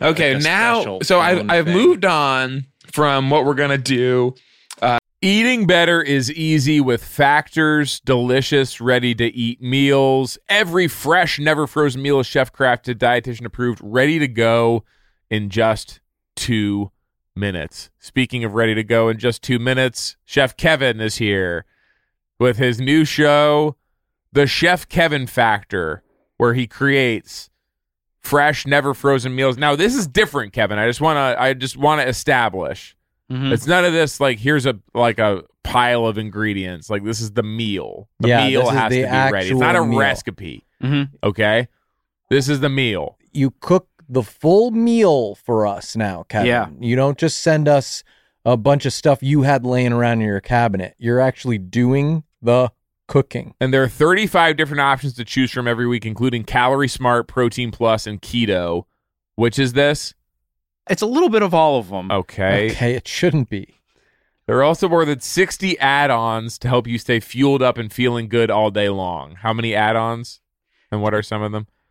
Speaker 1: Okay,
Speaker 2: Like a
Speaker 1: now
Speaker 2: special
Speaker 1: so I
Speaker 2: phone
Speaker 1: I've
Speaker 2: thing.
Speaker 1: moved on from what we're gonna do. Uh, eating better is easy with factors, delicious, ready to eat meals. Every fresh, never frozen meal is chef crafted, dietitian approved, ready to go in just two minutes. Speaking of ready to go in just two minutes, Chef Kevin is here with his new show, The Chef Kevin Factor, where he creates fresh, never frozen meals. Now this is different, Kevin. I just wanna I just wanna establish.
Speaker 6: Hmm.
Speaker 1: It's none of this like here's a like a pile of ingredients. Like this is the meal. The
Speaker 6: Yeah,
Speaker 1: meal
Speaker 6: this is
Speaker 1: has
Speaker 6: the
Speaker 1: to be ready. It's not a
Speaker 6: actual meal. Mm-hmm.
Speaker 1: recipe.
Speaker 5: Mhm.
Speaker 1: Okay. This is the meal.
Speaker 6: You cook the full meal for us now, Kevin.
Speaker 5: Yeah.
Speaker 6: You don't just send us a bunch of stuff you had laying around in your cabinet. You're actually doing the cooking.
Speaker 1: And there are 35 different options to choose from every week, including Calorie Smart, Protein Plus, and Keto. Which is this?
Speaker 5: It's a little bit of all of
Speaker 1: Oh.
Speaker 5: them.
Speaker 1: Okay.
Speaker 6: Okay, it shouldn't be.
Speaker 1: There are also more than 60 add ons to help you stay fueled up and feeling good all day long. How many add ons? And what are some of them?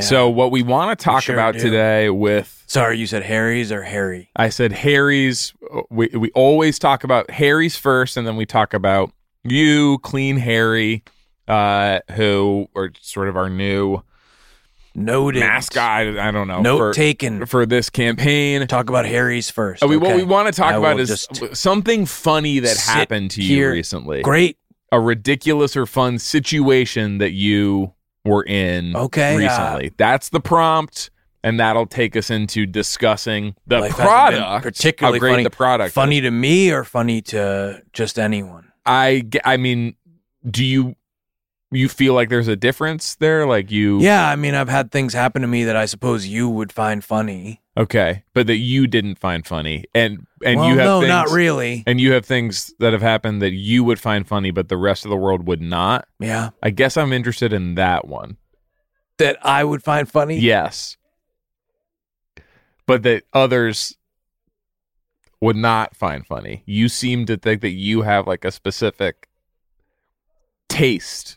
Speaker 1: So what we want to talk
Speaker 6: sure
Speaker 1: about
Speaker 6: do.
Speaker 1: today with
Speaker 6: sorry, you said Harry's or Harry?
Speaker 1: I said Harry's. uh, We we always talk about Harry's first, and then we talk about you, Clean Harry, uh, who are sort of our new
Speaker 6: Noted.
Speaker 1: mascot. I don't know for,
Speaker 6: taken.
Speaker 1: for this campaign.
Speaker 6: Talk about Harry's first.
Speaker 1: Uh, we, What we want to talk
Speaker 6: I
Speaker 1: about
Speaker 6: will
Speaker 1: is
Speaker 6: just
Speaker 1: something funny that
Speaker 6: sit
Speaker 1: happened to you
Speaker 6: here.
Speaker 1: recently,
Speaker 6: Great.
Speaker 1: a ridiculous or fun situation that you were in.
Speaker 6: Okay, uh,
Speaker 1: recently. That's the prompt. And that'll take us into discussing the
Speaker 6: Life hasn't been
Speaker 1: product,
Speaker 6: particularly
Speaker 1: how great
Speaker 6: funny-
Speaker 1: the product. is.
Speaker 6: to me or funny to just anyone?
Speaker 1: I ge- I mean, do you you feel like there's a difference there? Like you
Speaker 6: Yeah, I mean, I've had things happen to me that I suppose you would find funny.
Speaker 1: okay, but that you didn't find funny, and and
Speaker 6: well,
Speaker 1: you have
Speaker 6: no,
Speaker 1: things,
Speaker 6: not really.
Speaker 1: and you have things that have happened that you would find funny, but the rest of the world would not.
Speaker 6: Yeah,
Speaker 1: I guess I'm interested in that one.
Speaker 6: that I would find funny.
Speaker 1: Yes, but that others would not find funny. You seem to think that you have like a specific taste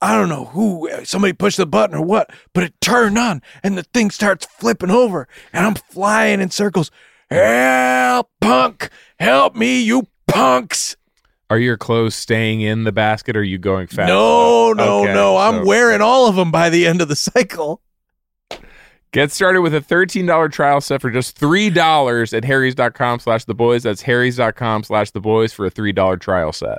Speaker 6: I don't know who, somebody pushed the button or what, but it turned on and the thing starts flipping over and I'm flying in circles. Help, punk! Help me, you punks!
Speaker 1: Are your clothes staying in the basket or are you going fast? though?
Speaker 6: no, no,
Speaker 1: Okay,
Speaker 6: no. I'm
Speaker 1: so-
Speaker 6: wearing all of them by the end of the cycle.
Speaker 1: Get started with a $13 trial set for just $3 at harrys.com slash the boys. That's harrys.com slash the boys for a $3 trial set.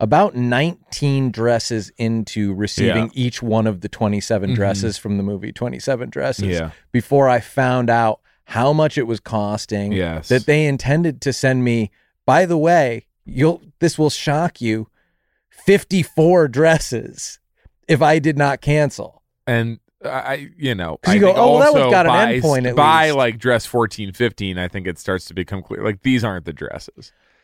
Speaker 7: about 19 dresses into receiving
Speaker 1: Yeah.
Speaker 7: each one of the 27
Speaker 6: Mm-hmm.
Speaker 1: Mhm.
Speaker 7: dresses from the movie 27 Dresses before I found out how much it was costing
Speaker 1: Yes.
Speaker 7: that they intended to send me. By the way, you'll this will shock you. 54 dresses if I did not cancel.
Speaker 1: and I, you know,
Speaker 7: 'Cause
Speaker 1: I
Speaker 7: you go,
Speaker 1: think
Speaker 7: "Oh, well, that
Speaker 1: also
Speaker 7: one's got an
Speaker 1: by-
Speaker 7: endpoint at
Speaker 1: by
Speaker 7: least."
Speaker 1: like dress fourteen, fifteen, I think it starts to become clear. Like these aren't the dresses.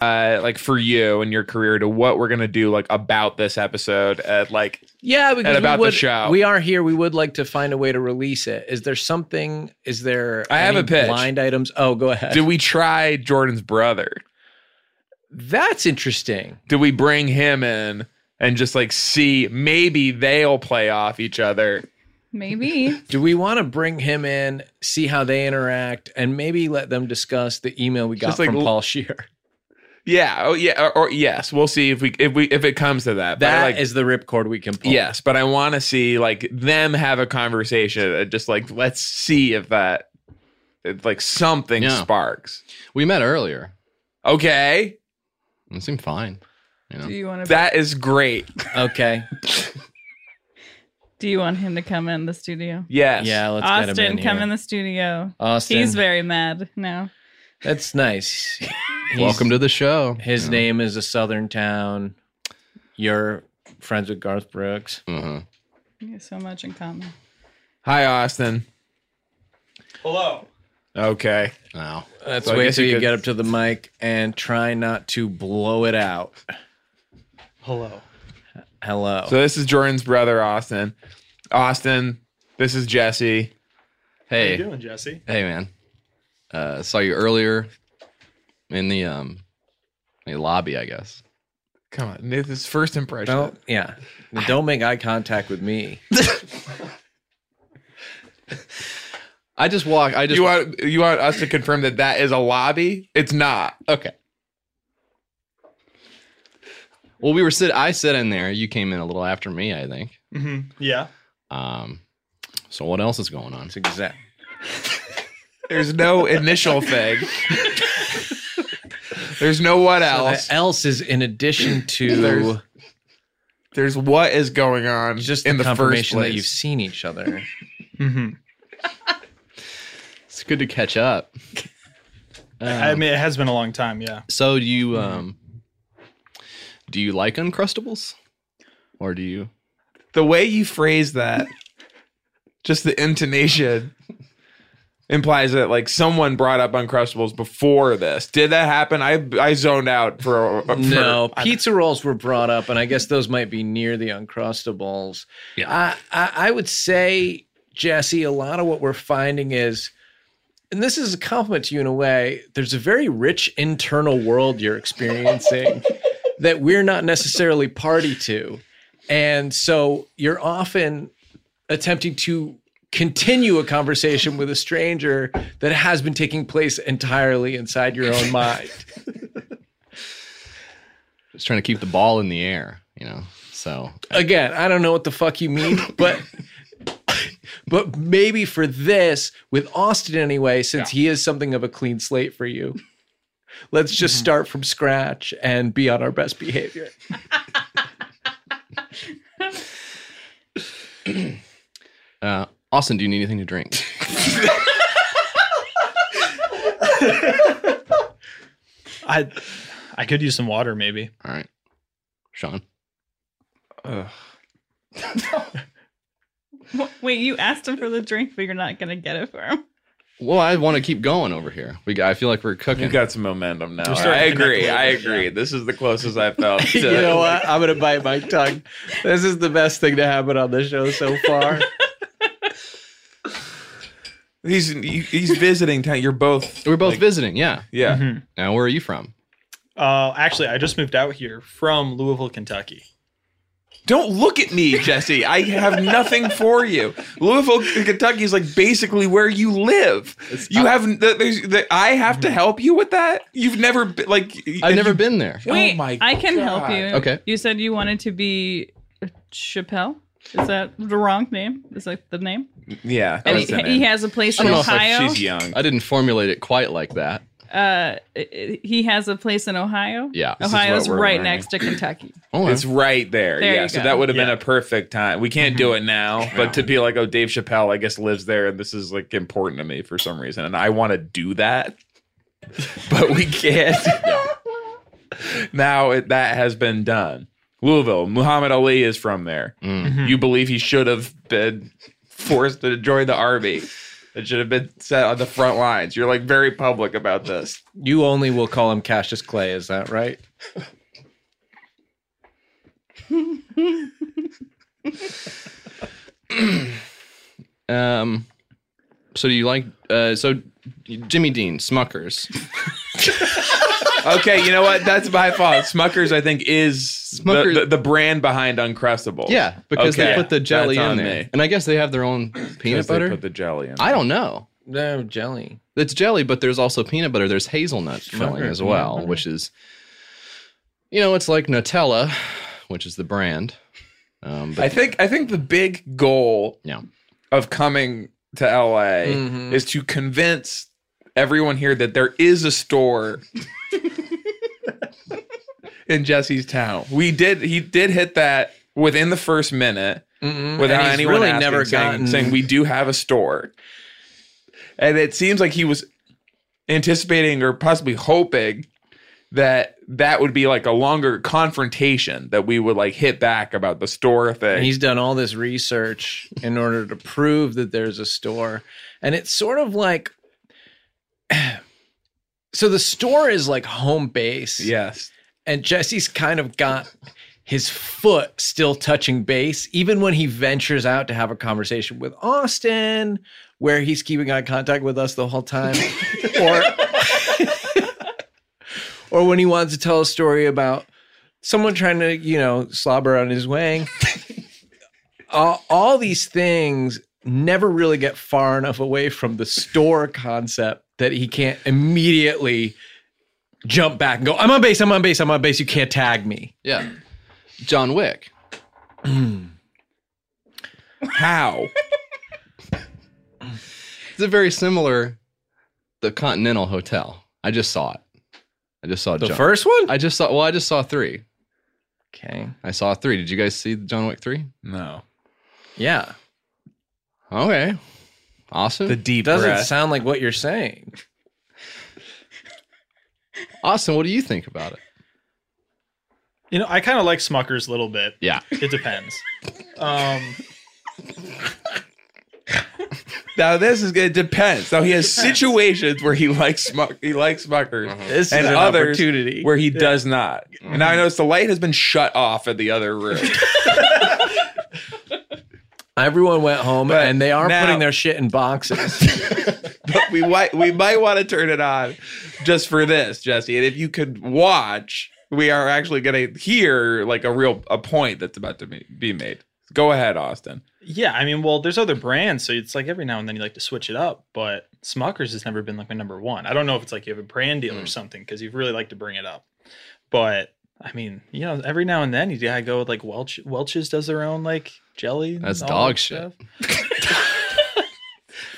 Speaker 1: uh, like for you and your career to what we're gonna do like about this episode at like
Speaker 2: Yeah,
Speaker 1: at
Speaker 2: because
Speaker 1: about
Speaker 2: we would,
Speaker 1: the show.
Speaker 2: We are here. We would like to find a way to release it. Is there something? Is there?
Speaker 1: I have
Speaker 2: any
Speaker 1: a pitch.
Speaker 2: Blind items. Oh, go ahead.
Speaker 1: Did we try Jordan's brother?
Speaker 2: That's interesting.
Speaker 1: Do we bring him in and just like see maybe they'll play off each other?
Speaker 4: Maybe.
Speaker 2: Do we want to bring him in, see how they interact, and maybe let them discuss the email we got
Speaker 1: Just like
Speaker 2: from
Speaker 1: l-
Speaker 2: Paul Shear?
Speaker 1: Yeah. Oh yeah. Or, or yes, we'll see if we if we if it comes to that. But
Speaker 2: That
Speaker 1: like,
Speaker 2: is the ripcord we can pull.
Speaker 1: yes, but I want to see like them have a conversation. and Just like let's see if that if, like something
Speaker 3: Yeah.
Speaker 1: sparks.
Speaker 3: We met earlier.
Speaker 1: Okay.
Speaker 3: It seemed fine. You know?
Speaker 4: Do you want to?
Speaker 1: That is great.
Speaker 2: Okay.
Speaker 4: Do you want him to come in the studio?
Speaker 1: Yes.
Speaker 2: Yeah. Let's
Speaker 4: Austin,
Speaker 2: get him in
Speaker 4: come
Speaker 2: here.
Speaker 4: in the studio.
Speaker 2: Austin.
Speaker 4: he's very mad now.
Speaker 2: That's nice.
Speaker 3: Welcome to the show.
Speaker 2: His name is a Southern town. You're friends with Garth Brooks.
Speaker 4: We have so much in common.
Speaker 1: Hi, Austin.
Speaker 8: Hello.
Speaker 1: Okay.
Speaker 3: Wow.
Speaker 2: Let's
Speaker 1: So I
Speaker 2: wait
Speaker 1: guess
Speaker 2: till
Speaker 1: you
Speaker 2: you
Speaker 1: could-
Speaker 2: get up to the mic and try not to blow it out.
Speaker 8: Hello.
Speaker 2: Hello.
Speaker 1: So this is Jordan's brother, Austin. Austin, this is Jesse.
Speaker 3: Hey.
Speaker 8: How you doing, Jesse?
Speaker 3: Hey man. Uh saw you earlier in the um the lobby, I guess.
Speaker 1: Come on, this is first impression.
Speaker 2: don't yeah. Don't make eye contact with me.
Speaker 3: I just walk. I just
Speaker 1: you want you want us to confirm that that is a lobby? It's not.
Speaker 3: Okay. Well, we were sit I sit in there. You came in a little after me, I think.
Speaker 8: Mm-hmm. Yeah.
Speaker 3: Um so what else is going on? It's
Speaker 2: exact.
Speaker 1: There's no initial thing. There's no what else.
Speaker 2: else is in addition to
Speaker 1: There's- There's what is going on
Speaker 2: just
Speaker 1: in
Speaker 2: the
Speaker 1: the, first
Speaker 2: confirmation
Speaker 1: place.
Speaker 2: that you've seen each other.
Speaker 3: It's good to catch up. Um,
Speaker 8: I mean, it has been a long time. Yeah.
Speaker 3: So do you um do you like uncrustables? Or do you
Speaker 1: the way you phrase that, just the intonation implies that like someone brought up Uncrustables before this. Did that happen? I I zoned out for, for
Speaker 2: No, pizza rolls were brought up, and I guess those might be near the Uncrustables. Yeah, I, I, I would say, Jesse, a lot of what we're finding is, and this is a compliment to you in a way. There's a very rich internal world you're experiencing that we're not necessarily party to, and so you're often attempting to continue a conversation with a stranger that has been taking place entirely inside your own mind.
Speaker 3: just trying to keep the ball in the air, you know? So
Speaker 2: again, I don't know what the fuck you mean, but but maybe for this with Austin anyway, since he is something of a clean slate for you, let's just
Speaker 8: Mm-hmm.
Speaker 2: start from scratch and be on our best behavior.
Speaker 3: uh Austin, do you need anything to drink?
Speaker 8: I I could use some water, maybe.
Speaker 3: All right. Sean.
Speaker 4: Wh- Wait, you asked him for the drink, but you're not gonna get it for him.
Speaker 3: Well, I want to keep going over here. We got, I feel like we're cooking.
Speaker 1: You've got some momentum now.
Speaker 3: We're starting
Speaker 1: I
Speaker 3: to connect
Speaker 1: agree.
Speaker 3: a little
Speaker 1: I
Speaker 3: bit,
Speaker 1: agree. This is the closest I felt. To,
Speaker 2: you know what? I'm gonna bite my tongue. This is the best thing to happen on the show so far.
Speaker 1: He's he's visiting town. You're both.
Speaker 3: We're both visiting, yeah.
Speaker 1: Yeah.
Speaker 2: Mm-hmm.
Speaker 3: Now, where are you from?
Speaker 9: Uh, actually, I just moved out here from Louisville, Kentucky.
Speaker 1: Don't look at me, Jesse. I have nothing for you. Louisville, Kentucky is like basically where you live. you have the, there's, the, I have to help you with that. You've never been, like
Speaker 3: I've never Oh been there.
Speaker 4: Wait, I can help
Speaker 1: God.
Speaker 4: you.
Speaker 3: Okay.
Speaker 4: You said you wanted to be Chappelle. Is that the wrong name? Is that the name?
Speaker 1: Yeah.
Speaker 4: And he, he has a place in Ohio.
Speaker 3: I didn't formulate it quite like that.
Speaker 4: Uh, he has a place in Ohio.
Speaker 1: Yeah, this is
Speaker 4: Ohio's
Speaker 1: what we're
Speaker 4: right
Speaker 1: learning.
Speaker 4: next to Kentucky.
Speaker 3: Oh,
Speaker 1: it's right there.
Speaker 4: There
Speaker 1: yeah.
Speaker 4: you
Speaker 1: So
Speaker 4: go.
Speaker 1: that would have been a perfect time. We can't do it now, but to be like, oh, Dave Chappelle, I guess lives there, and this is like important to me for some reason, and I want to do that, but we can't. now it, that has been done. Louisville, Muhammad Ali is from there. You believe he should have been forced to join the army. It should have been set on the front lines. You're like very public about this.
Speaker 2: You only will call him Cassius Clay, is that right?
Speaker 3: Um, so do you like uh, so Jimmy Dean Smuckers?
Speaker 1: okay, you know what? That's my fault. Smuckers, I think, is the-
Speaker 3: Smuckers-
Speaker 1: The, the, brand behind Uncrustable.
Speaker 3: Yeah, because they
Speaker 1: Okay,
Speaker 3: put the jelly
Speaker 1: that's
Speaker 3: in
Speaker 1: on
Speaker 3: there,
Speaker 1: me.
Speaker 3: and I guess they have their own peanut
Speaker 1: Because they
Speaker 3: butter.
Speaker 1: put the jelly in.
Speaker 3: I don't know.
Speaker 2: No jelly.
Speaker 3: It's jelly, but there's also peanut butter. There's hazelnut filling as
Speaker 2: peanut
Speaker 3: well,
Speaker 1: Mm-hmm.
Speaker 2: butter.
Speaker 3: which is, you know, it's like Nutella, which is the brand. Um,
Speaker 1: I think I think the big goal
Speaker 3: Yeah.
Speaker 1: of coming to LA
Speaker 2: Mm-hmm.
Speaker 3: Mhm.
Speaker 1: is to convince everyone here that there is a store in Jesse's town. We did he did hit that within the first minute
Speaker 2: Mm-mm.
Speaker 1: without
Speaker 2: Mm-hmm. And he's
Speaker 1: anyone
Speaker 2: really
Speaker 1: asking,
Speaker 2: never
Speaker 1: saying-
Speaker 2: gotten-
Speaker 1: saying we do have a store. And it seems like he was anticipating or possibly hoping that that would be like a longer confrontation that we would like hit back about the store thing.
Speaker 2: And he's done all this research in order to prove that there's a store. And it's sort of like so the store is like home base.
Speaker 1: Yes.
Speaker 2: And Jesse's kind of got his foot still touching base, even when he ventures out to have a conversation with Austin, where he's keeping eye contact with us the whole time. or or when he wants to tell a story about someone trying to, you know, slobber on his wang. all, all these things never really get far enough away from the store concept that he can't immediately jump back and go, I'm on base, I'm on base, I'm on base, you can't tag me.
Speaker 3: Yeah. John Wick.
Speaker 1: How?
Speaker 3: it's a very similar, the Continental Hotel. I just saw it. I just saw
Speaker 2: The
Speaker 3: John-
Speaker 2: first one?
Speaker 3: I just saw. Well, I just saw three.
Speaker 2: Okay.
Speaker 3: I saw three. Did you guys see John Wick three?
Speaker 1: No.
Speaker 2: Yeah.
Speaker 3: Okay. Awesome. The
Speaker 1: deep
Speaker 2: Doesn't sound like what you're saying.
Speaker 3: Austin, what do you think about it?
Speaker 9: You know, I kind of like Smuckers a little bit.
Speaker 3: Yeah.
Speaker 9: It depends. um,
Speaker 1: Now this is it depends. Now he has situations where he likes smuck he likes smuckers
Speaker 3: Uh-huh.
Speaker 2: This is an
Speaker 1: others
Speaker 2: opportunity.
Speaker 1: where he does not. And
Speaker 3: Mm-hmm.
Speaker 1: now I notice the light has been shut off in the other room.
Speaker 2: Everyone went home and they are
Speaker 1: now-
Speaker 2: putting their shit in boxes.
Speaker 1: but we might we might want to turn it on just for this, Jesse. And if you could watch, we are actually going to hear like a real a point that's about to be- be made. Go ahead, Austin.
Speaker 9: yeah, I mean, well, there's other brands, so it's like every now and then you like to switch it up. But Smuckers has never been like my number one. I don't know if it's like you have a brand deal
Speaker 3: Hmm.
Speaker 9: or something because you really like to bring it up. But I mean, you know, every now and then you gotta go with like Welch. Welch's does their own like jelly. and
Speaker 3: That's
Speaker 9: all
Speaker 3: dog
Speaker 9: that
Speaker 3: shit.
Speaker 9: stuff.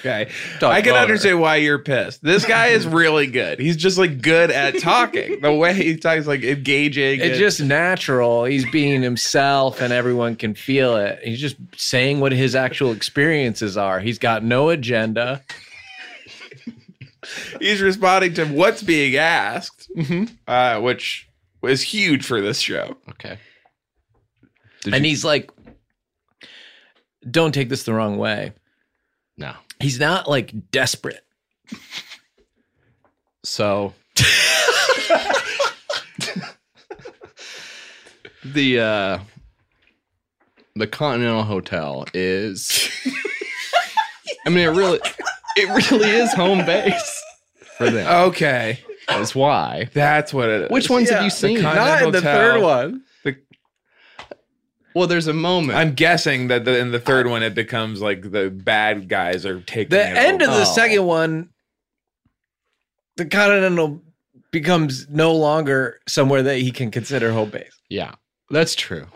Speaker 1: Okay.
Speaker 3: Dog
Speaker 1: I can
Speaker 3: boner.
Speaker 1: understand why you're pissed. This guy is really good. He's just like good at talking. the way he talks, like engaging.
Speaker 2: It's
Speaker 1: and-
Speaker 2: just natural. He's being himself and everyone can feel it. He's just saying what his actual experiences are. He's got no agenda.
Speaker 1: he's responding to what's being asked,
Speaker 3: Mm-hmm.
Speaker 1: uh, which was huge for this show.
Speaker 3: Okay.
Speaker 2: and he's like, don't take this the wrong way.
Speaker 3: No.
Speaker 2: He's not like desperate.
Speaker 3: So the uh the Continental Hotel is I mean it really it really is home base for them.
Speaker 1: Okay.
Speaker 3: That's why.
Speaker 1: That's what it is.
Speaker 3: Which ones have
Speaker 1: Yeah.
Speaker 3: you
Speaker 1: The
Speaker 3: seen?
Speaker 1: Continental Not in the third Towel. one.
Speaker 3: Well, there's a moment.
Speaker 1: I'm guessing that the, in the third one it becomes like the bad guys are taking
Speaker 2: The
Speaker 1: it
Speaker 2: end of
Speaker 1: over.
Speaker 2: the second one, the Continental becomes no longer somewhere that he can consider home base.
Speaker 3: Yeah, that's true.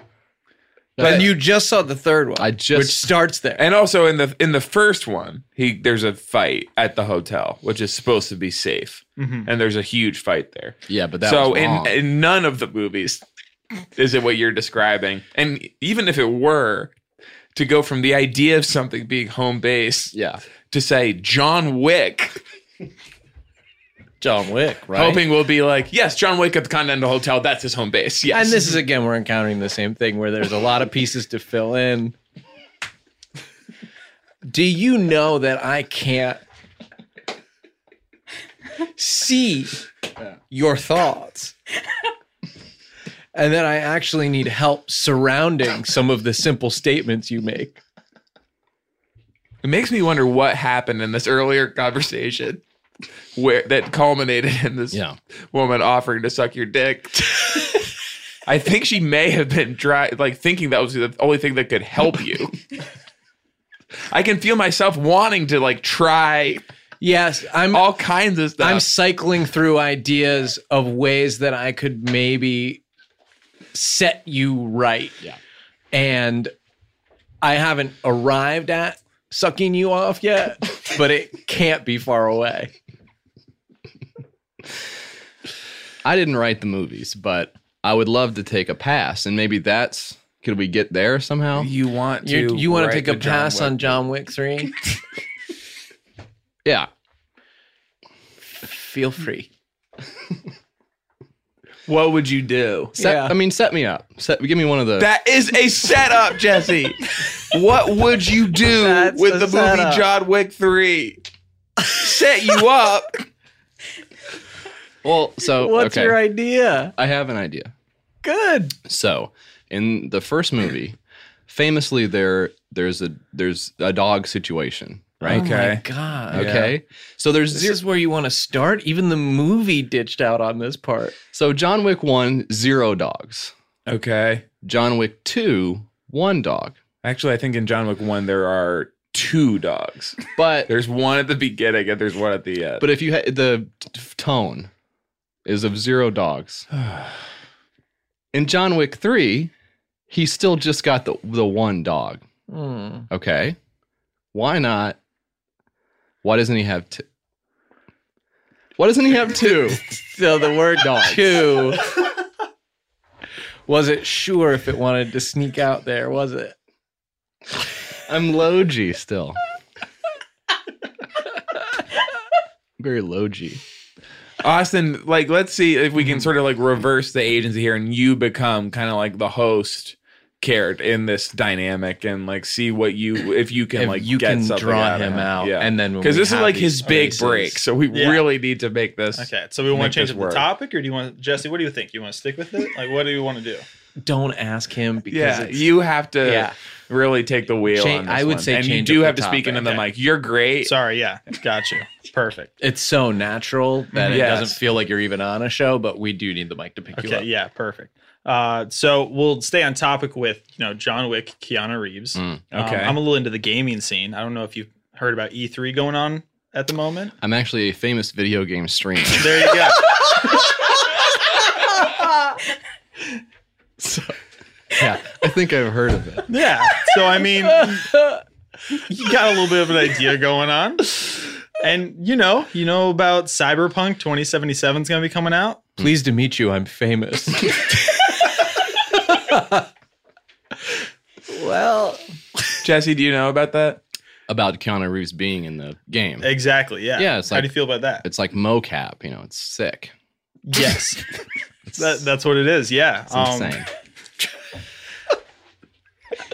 Speaker 2: But you just saw the third one. I
Speaker 3: just
Speaker 2: which starts there.
Speaker 1: And also in the in the first one, he there's a fight at the hotel, which is supposed to be safe,
Speaker 3: Mhm.
Speaker 1: and there's a huge fight there.
Speaker 3: Yeah, but that
Speaker 1: so
Speaker 3: was
Speaker 1: in,
Speaker 3: wrong.
Speaker 1: in none of the movies is it what you're describing, and even if it were, to go from the idea of something being home base,
Speaker 3: yeah,
Speaker 1: to say John Wick.
Speaker 2: John Wick, right?
Speaker 1: Hoping we'll be like, yes, John Wick at the Continental Hotel. That's his home base. Yes.
Speaker 2: And this is again, we're encountering the same thing where there's a lot of pieces to fill in. Do you know that I can't see your thoughts? And then I actually need help surrounding some of the simple statements you make.
Speaker 1: It makes me wonder what happened in this earlier conversation where that culminated in this woman offering to suck your dick. I think she may have been dry, like thinking that was the only thing that could help you. I can feel myself wanting to like try.
Speaker 2: Yes, I'm
Speaker 1: all kinds of stuff.
Speaker 2: I'm cycling through ideas of ways that I could maybe set you right. Yeah. And I haven't arrived at sucking you off yet, but it can't be far away.
Speaker 3: I didn't write the movies, but I would love to take a pass, and maybe that's could we get there somehow?
Speaker 1: You want
Speaker 2: You, you want to take a pass on John Wick 3?
Speaker 3: yeah.
Speaker 2: Feel free.
Speaker 1: what would you do?
Speaker 3: Set,
Speaker 2: Yeah.
Speaker 3: I mean, set me up. Set, give me one of those.
Speaker 1: That is a setup, Jesse. what would you do
Speaker 3: That's
Speaker 1: with
Speaker 3: a
Speaker 1: the
Speaker 3: setup.
Speaker 1: movie John Wick 3? Set you up.
Speaker 3: well, so
Speaker 2: What's
Speaker 3: okay.
Speaker 2: your idea?
Speaker 3: I have an idea.
Speaker 2: Good.
Speaker 3: So, in the first movie, famously there there's a there's a dog situation, right?
Speaker 2: Oh my God.
Speaker 3: Okay. So there's
Speaker 2: This
Speaker 3: zero-
Speaker 2: is where you want to start. Even the movie ditched out on this part.
Speaker 3: So John Wick one zero dogs.
Speaker 1: Okay.
Speaker 3: John Wick two one dog.
Speaker 1: Actually, I think in John Wick 1, there are two dogs.
Speaker 3: But
Speaker 1: there's one at the beginning and there's one at the end.
Speaker 3: But if you had the t- t- tone is of zero dogs. In John Wick 3, he still just got the the one dog.
Speaker 2: Hmm.
Speaker 3: Okay. Why not? Why doesn't he have two? Why doesn't he have two?
Speaker 2: so the word two wasn't sure if it wanted to sneak out there, was it?
Speaker 3: I'm low G still. Very low G.
Speaker 1: Austin, like, let's see if we
Speaker 2: Mhm.
Speaker 1: can sort of like reverse the agency here and you become kind of like the host character in this dynamic and like see what you if you can
Speaker 2: If
Speaker 1: like
Speaker 2: you
Speaker 1: get
Speaker 2: can
Speaker 1: something
Speaker 2: draw
Speaker 1: out of
Speaker 2: him out, and then when
Speaker 1: because
Speaker 2: we
Speaker 1: this is
Speaker 2: have
Speaker 1: like his
Speaker 2: these
Speaker 1: big
Speaker 2: spaces-
Speaker 1: break so we
Speaker 9: Yeah.
Speaker 1: really need to make this
Speaker 9: Okay, so we want
Speaker 1: make
Speaker 9: to change
Speaker 1: this
Speaker 9: up
Speaker 1: work.
Speaker 9: the topic, or do you want Jesse? What do you think? You want to stick with it? Like, what do you want to do?
Speaker 2: Don't ask him because
Speaker 1: yeah
Speaker 2: it's,
Speaker 1: you have to
Speaker 2: Yeah.
Speaker 1: really take the wheel
Speaker 2: Cha-
Speaker 1: on this
Speaker 2: I would
Speaker 1: one.
Speaker 2: say
Speaker 1: and you
Speaker 2: change
Speaker 1: do
Speaker 2: up
Speaker 1: have
Speaker 2: the
Speaker 1: to speak
Speaker 2: topic.
Speaker 1: into the mic you're great
Speaker 9: sorry yeah got you perfect
Speaker 2: it's so natural that
Speaker 1: Yes.
Speaker 2: it doesn't feel like you're even on a show, but we do need the mic to pick you up.
Speaker 9: Okay, yeah, perfect. Uh, so we'll stay on topic with you know John Wick, Keanu Reeves.
Speaker 3: Mm,
Speaker 9: Um,
Speaker 3: okay.
Speaker 9: I'm a little into the gaming scene. I don't know if you've heard about E3 going on at the moment.
Speaker 3: I'm actually a famous video game streamer.
Speaker 9: There you go.
Speaker 3: yeah, I think I've heard of it.
Speaker 9: yeah. So I mean, you got a little bit of an idea going on, and you know, you know about Cyberpunk 2077 is going to be coming out.
Speaker 2: Pleased to meet you. I'm famous. well,
Speaker 1: Jesse, do you know about that?
Speaker 3: About Keanu Reeves being in the game.
Speaker 9: Exactly. Yeah.
Speaker 3: Yeah, it's
Speaker 9: How
Speaker 3: like-
Speaker 9: do you feel about that?
Speaker 3: It's like mocap, you know, it's sick.
Speaker 9: Yes. that, that's what it is. Yeah. Um,
Speaker 3: It's insane.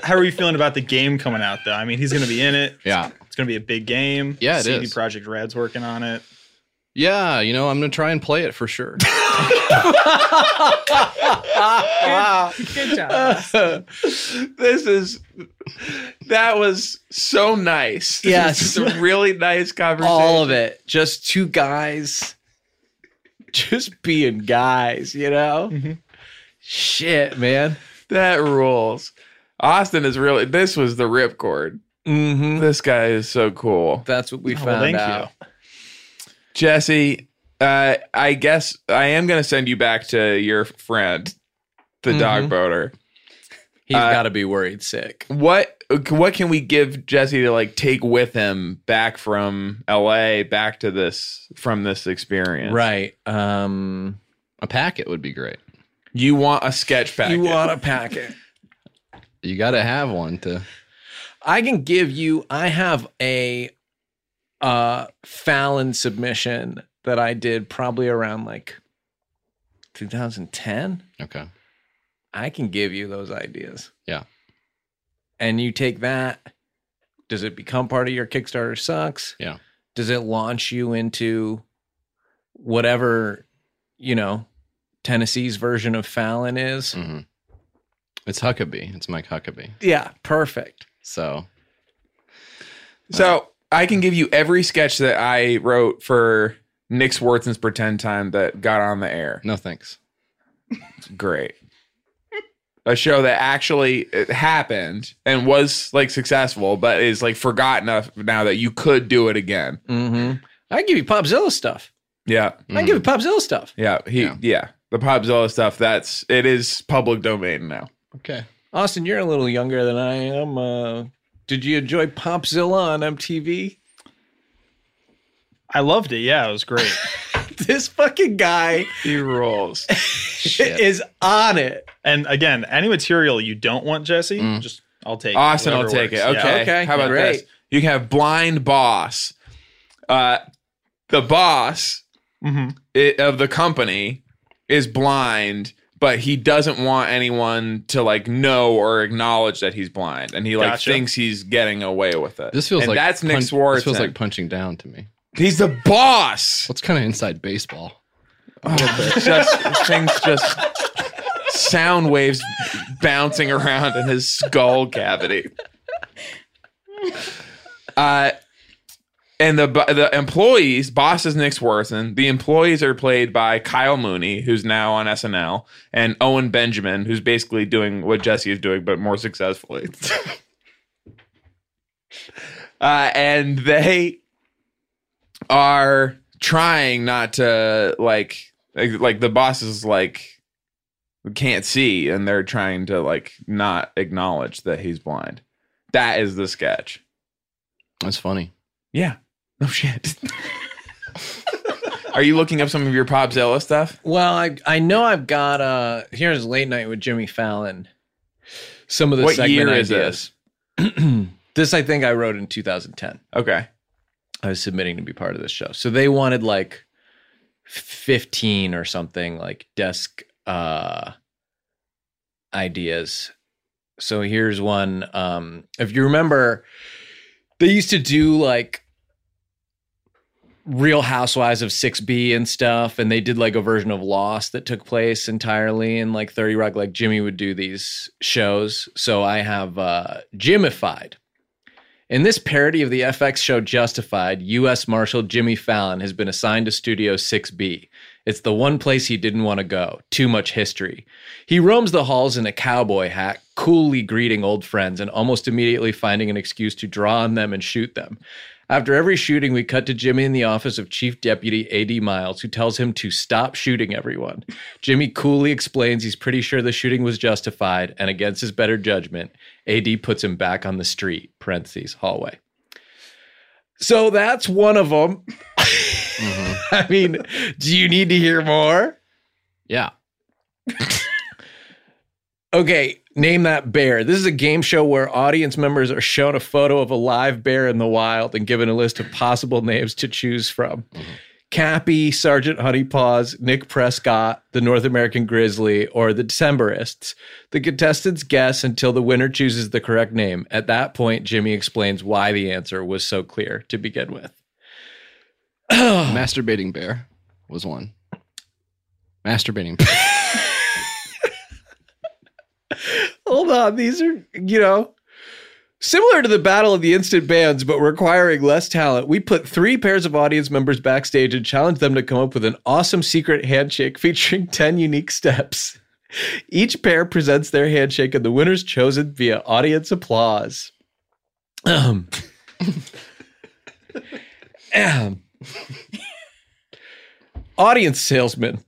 Speaker 9: How are you feeling about the game coming out though? I mean, he's going to be in it.
Speaker 3: Yeah.
Speaker 9: It's going to be a big game.
Speaker 3: Yeah, it
Speaker 9: CD
Speaker 3: is.
Speaker 9: Project Red's working on it.
Speaker 3: Yeah, you know, I'm gonna try and play it for sure.
Speaker 4: Good job.
Speaker 1: this is that was so nice. This
Speaker 2: Yes.
Speaker 1: is just a really nice conversation.
Speaker 2: all of it. Just two guys just being guys, you know?
Speaker 1: Mm-hmm.
Speaker 2: Shit, man.
Speaker 1: That rules. Austin is really this was the ripcord.
Speaker 2: Mm-hmm.
Speaker 1: This guy is so cool.
Speaker 2: That's what we
Speaker 1: Oh, well,
Speaker 2: found
Speaker 1: thank
Speaker 2: out.
Speaker 1: Jesse, uh, I guess I am going to send you back to your friend, the dog
Speaker 2: Mhm.
Speaker 1: boater.
Speaker 2: He's
Speaker 1: Uh,
Speaker 2: got to be worried sick.
Speaker 1: What what can we give Jesse to like take with him back from LA back to this from this experience?
Speaker 2: Right. Um
Speaker 3: a packet would be great.
Speaker 1: You want a sketch packet.
Speaker 2: You want a packet.
Speaker 3: You got to have one to.
Speaker 2: I can give you. I have a uh, Fallon submission that I did probably around like 2010.
Speaker 3: Okay.
Speaker 2: I can give you those ideas,
Speaker 3: Yeah.
Speaker 2: and you take that. Does it become part of your Kickstarter? Sucks.
Speaker 3: Yeah.
Speaker 2: Does it launch you into whatever you know Tennessee's version of Fallon is?
Speaker 3: Mm. mm-hmm. It's Huckabee. It's Mike Huckabee.
Speaker 2: Yeah. Perfect.
Speaker 3: So
Speaker 1: So I can give you every sketch that I wrote for Nick Swartzen's Pretend Time that got on the air.
Speaker 3: No thanks.
Speaker 1: Great. A show that actually it happened and was like successful, but is like forgotten enough now that you could do it again.
Speaker 2: Mm-hmm. I can give you Popzilla stuff.
Speaker 1: Yeah.
Speaker 2: I can give you
Speaker 3: Mm-hmm.
Speaker 2: Popzilla stuff.
Speaker 1: Yeah. He, yeah. The Popzilla stuff, that's, it is public domain now.
Speaker 2: Okay. Austin, you're a little younger than I am. Uh, did you enjoy Popzilla on MTV?
Speaker 9: I loved it. Yeah, it was great.
Speaker 2: this fucking guy,
Speaker 1: he rules.
Speaker 2: is on it.
Speaker 9: And again, any material you don't want, Jesse,
Speaker 1: Mm.
Speaker 9: just I'll take. it.
Speaker 1: Austin will
Speaker 9: Whatever
Speaker 1: take it.
Speaker 9: works. Yeah.
Speaker 1: Okay. How about this? You can have blind boss. Uh, the boss
Speaker 9: Mm-hmm.
Speaker 1: i- of the company is blind, but he doesn't want anyone to like know or acknowledge that he's blind, and he like
Speaker 3: Gotcha.
Speaker 1: thinks he's getting away with it.
Speaker 3: This feels
Speaker 1: And
Speaker 3: like
Speaker 1: that's Nick
Speaker 3: punch-
Speaker 1: Swartzen.
Speaker 3: This feels like punching down to me.
Speaker 1: He's the boss.
Speaker 3: What's kind of inside baseball?
Speaker 1: just things just sound waves bouncing around in his skull cavity. Uh, and the bo- the employees, boss is Nick Swartzen. The employees are played by Kyle Mooney, who's now on SNL, and Owen Benjamin, who's basically doing what Jesse is doing, but more successfully. uh, and they are trying not to like like, like the boss is like can't see and they're trying to like not acknowledge that he's blind that is the sketch
Speaker 3: that's funny
Speaker 1: yeah no shit are you looking up some of your popzilla stuff
Speaker 2: Well, I I know I've got uh here's late night with Jimmy Fallon. Some of the
Speaker 1: What
Speaker 2: segment
Speaker 1: year is
Speaker 2: ideas. this I think I wrote in 2010.
Speaker 1: Okay.
Speaker 2: I was submitting to be part of this show. So they wanted like 15 or something like desk uh ideas. So here's one um if you remember they used to do like Real Housewives of 6B and stuff. And they did like a version of Lost that took place entirely in like 30 Rock. Like Jimmy would do these shows. So I have uh, Jimified. In this parody of the FX show Justified, U.S. Marshal Jimmy Fallon has been assigned to Studio 6B. It's the one place he didn't want to go. Too much history. He roams the halls in a cowboy hat, coolly greeting old friends and almost immediately finding an excuse to draw on them and shoot them. After every shooting, we cut to Jimmy in the office of Chief Deputy A.D. Miles, who tells him to stop shooting everyone. Jimmy coolly explains he's pretty sure the shooting was justified, and against his better judgment, A.D. puts him back on the street, parentheses, hallway. So that's one of them. I mean, do you need to hear more?
Speaker 3: Yeah.
Speaker 2: okay, name that bear. This is a game show where audience members are shown a photo of a live bear in the wild and given a list of possible names to choose from. Cappy, Sergeant Honeypaws, Nick Prescott, the North American Grizzly, or the Decemberists. The contestants guess until the winner chooses the correct name. At that point, Jimmy explains why the answer was so clear to begin with.
Speaker 3: Masturbating bear was one. Masturbating bear.
Speaker 2: Hold on, these are you know Similar to the battle of the instant bands, but requiring less talent, we put three pairs of audience members backstage and challenged them to come up with an awesome secret handshake featuring 10 unique steps. Each pair presents their handshake, and the winner's chosen via audience applause. Ahem. Ahem. audience salesman.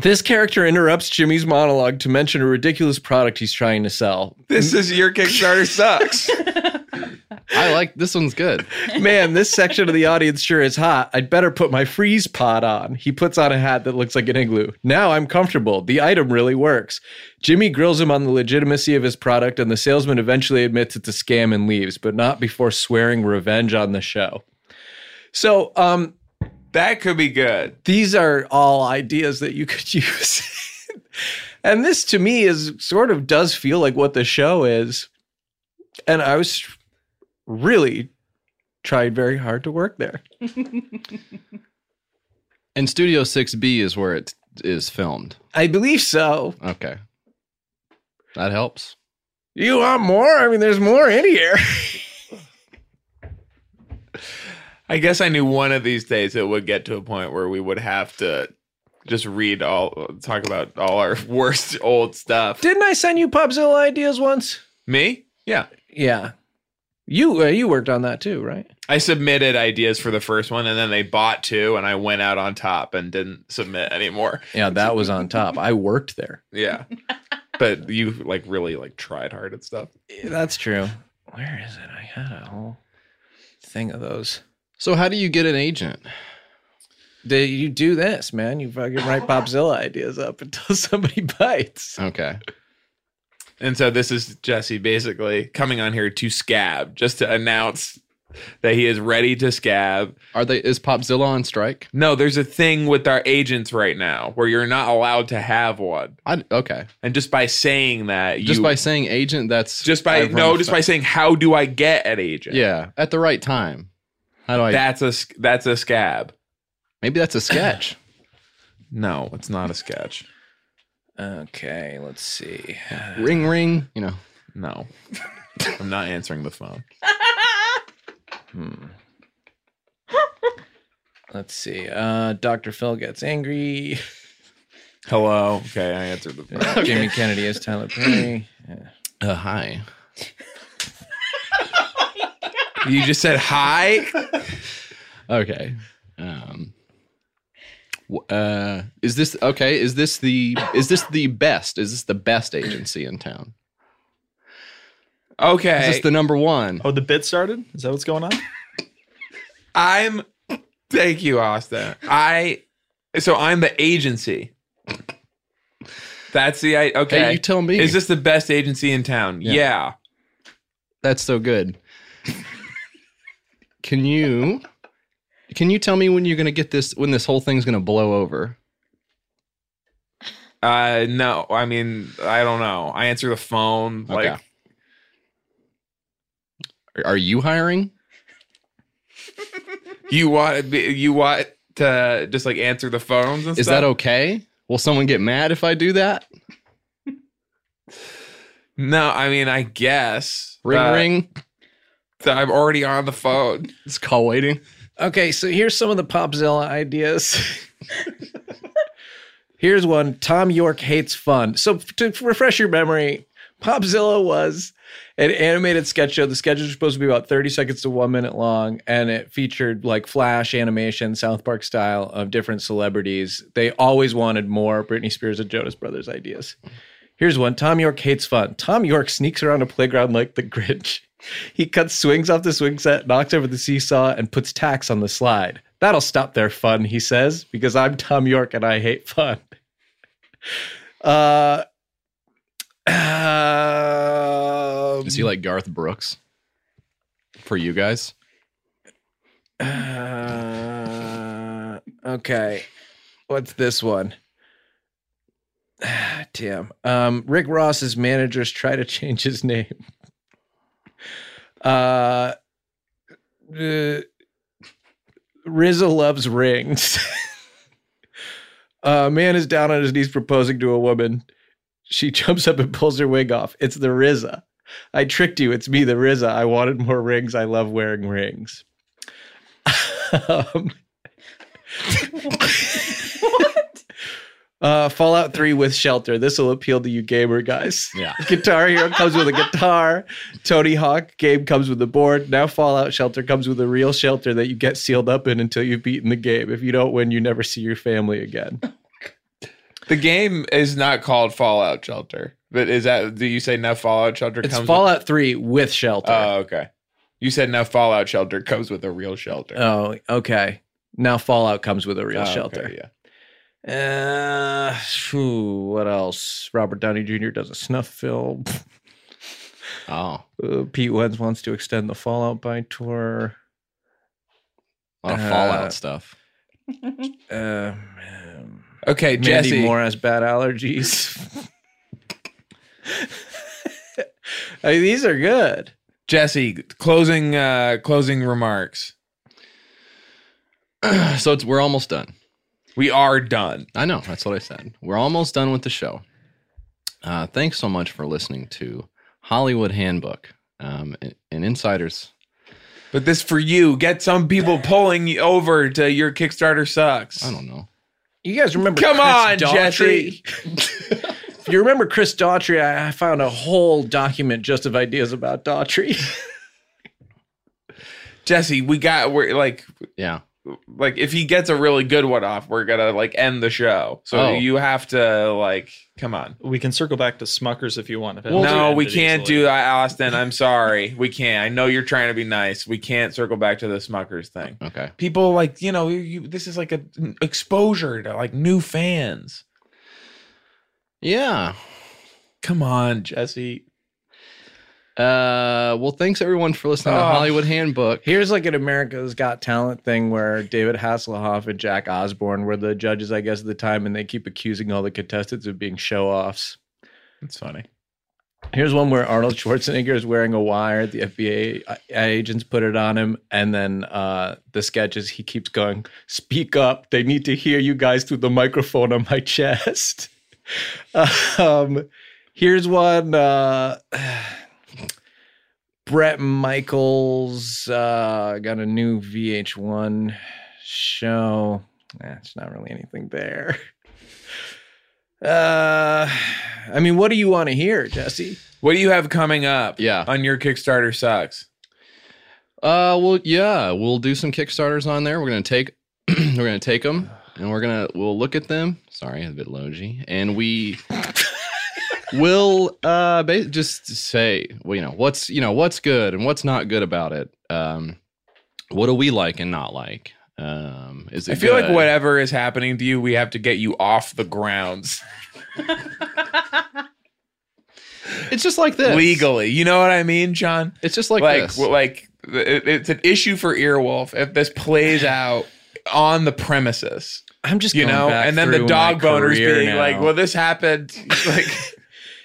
Speaker 2: This character interrupts Jimmy's monologue to mention a ridiculous product he's trying to sell.
Speaker 1: This is your Kickstarter sucks.
Speaker 2: I like this one's good. Man, this section of the audience sure is hot. I'd better put my freeze pod on. He puts on a hat that looks like an igloo. Now I'm comfortable. The item really works. Jimmy grills him on the legitimacy of his product, and the salesman eventually admits it's a scam and leaves, but not before swearing revenge on the show. So, um,
Speaker 1: that could be good.
Speaker 2: These are all ideas that you could use. and this to me is sort of does feel like what the show is. And I was really tried very hard to work there.
Speaker 3: And Studio 6B is where it is filmed.
Speaker 2: I believe so.
Speaker 3: Okay. That helps.
Speaker 2: You want more? I mean, there's more in here.
Speaker 1: I guess I knew one of these days it would get to a point where we would have to just read all, talk about all our worst old stuff.
Speaker 2: Didn't I send you Pubzilla ideas once?
Speaker 1: Me? Yeah.
Speaker 2: Yeah. You uh, you worked on that too, right?
Speaker 1: I submitted ideas for the first one and then they bought two and I went out on top and didn't submit anymore.
Speaker 2: Yeah, that was on top. I worked there.
Speaker 1: Yeah. but you like really like tried hard at stuff.
Speaker 2: That's true. Where is it? I had a whole thing of those.
Speaker 3: So how do you get an agent?
Speaker 2: They, you do this, man. You fucking write Popzilla ideas up until somebody bites.
Speaker 3: Okay.
Speaker 1: And so this is Jesse basically coming on here to scab just to announce that he is ready to scab.
Speaker 3: Are they is Popzilla on strike?
Speaker 1: No, there's a thing with our agents right now where you're not allowed to have one.
Speaker 3: I, okay.
Speaker 1: And just by saying that,
Speaker 3: Just
Speaker 1: you-
Speaker 3: by saying agent, that's
Speaker 1: just by
Speaker 3: I've run
Speaker 1: no,
Speaker 3: the
Speaker 1: just
Speaker 3: fa-
Speaker 1: by saying how do I get an agent?
Speaker 3: Yeah, at the right time. How do I
Speaker 1: That's a sc- that's a scab.
Speaker 3: Maybe that's a sketch.
Speaker 1: no, it's not a sketch.
Speaker 2: Okay, let's see.
Speaker 3: ring ring, you know.
Speaker 1: No. I'm not answering the phone.
Speaker 2: Hmm. Let's see. Uh, Dr. Phil gets angry.
Speaker 1: Hello. Okay, I answered the phone.
Speaker 2: Jamie Kennedy is Tyler Perry.
Speaker 3: Uh, hi.
Speaker 1: You just said hi.
Speaker 3: okay. Um, w- uh, is this okay? Is this the is this the best? Is this the best agency in town?
Speaker 1: Okay.
Speaker 3: Is this the number one?
Speaker 9: Oh, the bit started? Is that what's going on?
Speaker 1: I'm thank you, Austin. I so I'm the agency. That's the I okay.
Speaker 3: Hey, you tell me.
Speaker 1: Is this the best agency in town? Yeah.
Speaker 3: Yeah. That's so good. can you can you tell me when you're gonna get this when this whole thing's gonna blow over?
Speaker 1: Uh no, I mean, I don't know. I answer the phone like
Speaker 3: Okay. Are- Are you hiring?
Speaker 1: you want to be, you want to just like answer the phones and
Speaker 3: Is
Speaker 1: stuff.
Speaker 3: that okay? Will someone get mad if I do that?
Speaker 1: No, I mean, I guess.
Speaker 3: Ring
Speaker 1: Uh,
Speaker 3: ring.
Speaker 1: So I'm already on the phone.
Speaker 3: It's call waiting.
Speaker 2: Okay, so here's some of the Popzilla ideas. here's one Tom York hates fun. So, to refresh your memory, Popzilla was an animated sketch show. The sketches were supposed to be about 30 seconds to one minute long, and it featured like flash animation, South Park style of different celebrities. They always wanted more Britney Spears and Jonas Brothers ideas. Here's one Tom York hates fun. Tom York sneaks around a playground like the Grinch. He cuts swings off the swing set, knocks over the seesaw, and puts tacks on the slide. That'll stop their fun, he says, because I'm Tom York and I hate fun. Uh, um,
Speaker 3: Is he like Garth Brooks? For you guys?
Speaker 2: Uh, okay. What's this one? Damn. Um, Rick Ross's managers try to change his name. Uh, uh Rizza loves rings. Uh, A man is down on his knees proposing to a woman. She jumps up and pulls her wig off. It's the Rizza. I tricked you. It's me, the Rizza. I wanted more rings. I love wearing rings. um, Uh, Fallout 3 with Shelter. This will appeal to you gamer guys.
Speaker 10: Yeah.
Speaker 2: Guitar Hero comes with a guitar. Tony Hawk game comes with a board. Now Fallout Shelter comes with a real shelter that you get sealed up in until you've beaten the game. If you don't win, you never see your family again.
Speaker 1: The game is not called Fallout Shelter, but is that do you say now Fallout Shelter
Speaker 2: It's
Speaker 1: comes
Speaker 2: Fallout 3 with Shelter.
Speaker 1: Oh, okay. You said now Fallout Shelter comes with a real shelter.
Speaker 2: Oh, okay. Now Fallout comes with a real
Speaker 1: Oh, okay,
Speaker 2: shelter. yeah. Uh, phew, what else? Robert Downey Jr. does a snuff film.
Speaker 3: Oh.
Speaker 2: Uh, Pete Wentz wants to extend the Fallout by tour.
Speaker 3: A lot of
Speaker 2: Uh,
Speaker 3: Fallout stuff.
Speaker 2: Uh,
Speaker 1: okay,
Speaker 2: Mandy
Speaker 1: Jesse.
Speaker 2: Moore has bad allergies. I mean, these are good.
Speaker 1: Jesse, closing uh closing remarks.
Speaker 3: so it's we're almost done.
Speaker 1: We are done.
Speaker 3: I know. That's what I said. We're almost done with the show. Uh, thanks so much for listening to Hollywood Handbook um, and, and Insiders.
Speaker 1: But this for you. Get some people pulling you over to your Kickstarter sucks. I
Speaker 3: don't know.
Speaker 2: You guys remember?
Speaker 1: Come
Speaker 2: Chris
Speaker 1: on,
Speaker 2: Daughtry? if you remember Chris Daughtry, I, I found a whole document just of ideas about Daughtry.
Speaker 1: Jesse, we got we're like
Speaker 3: yeah.
Speaker 1: Like if he gets a really good one off, we're gonna like end the show. So
Speaker 3: Oh.
Speaker 1: you have to like come on.
Speaker 9: We can circle back to Smuckers if you want. If it hasn't
Speaker 1: no,
Speaker 9: ended
Speaker 1: we can't
Speaker 9: easily.
Speaker 1: do that, Austin. I'm sorry. We can't. I know you're trying to be nice. We can't circle back to the Smuckers thing.
Speaker 3: Okay.
Speaker 1: People like, you know, you, you, this is like a, an exposure to like new fans.
Speaker 3: Yeah.
Speaker 1: Come on, Jesse.
Speaker 3: Uh, well, thanks everyone for listening to
Speaker 2: Oh.
Speaker 3: Hollywood Handbook.
Speaker 2: Here's like an America's Got Talent thing where David Hasselhoff and Jack Osborne were the judges, I guess, at the time, and they keep accusing all the contestants of being show offs.
Speaker 1: That's funny.
Speaker 2: Here's one where Arnold Schwarzenegger is wearing a wire. The FBI agents put it on him, and then uh, the sketches he keeps going, "Speak up! They need to hear you guys through the microphone on my chest." um, here's one. Uh, Brett Michaels uh, got a new VH1 show. That's not really anything there. Uh, I mean, what do you want to hear, Jesse?
Speaker 1: What do you have coming up?
Speaker 3: Yeah.
Speaker 1: On your Kickstarter sucks.
Speaker 3: Uh, well, yeah, we'll do some Kickstarters on there. We're gonna take, we're gonna take them, and we're gonna we'll look at them. Sorry, a bit logy, and we will uh ba- just say, well, you know, what's you know what's good and what's not good about it. Um, what do we like and not like? Um, is it
Speaker 1: I feel like
Speaker 3: good?
Speaker 1: whatever is happening to you, we have to get you off the grounds
Speaker 3: it's just like this
Speaker 1: legally. You know what I mean, John?
Speaker 3: It's just like
Speaker 1: like
Speaker 3: this.
Speaker 1: w- like it- it's an issue for Earwolf if this plays out on the premises.
Speaker 2: I'm just
Speaker 1: you
Speaker 2: going
Speaker 1: know,
Speaker 2: back
Speaker 1: and then the
Speaker 2: through my
Speaker 1: dog boners
Speaker 2: career
Speaker 1: being
Speaker 2: now.
Speaker 1: like, "Well, this happened." Like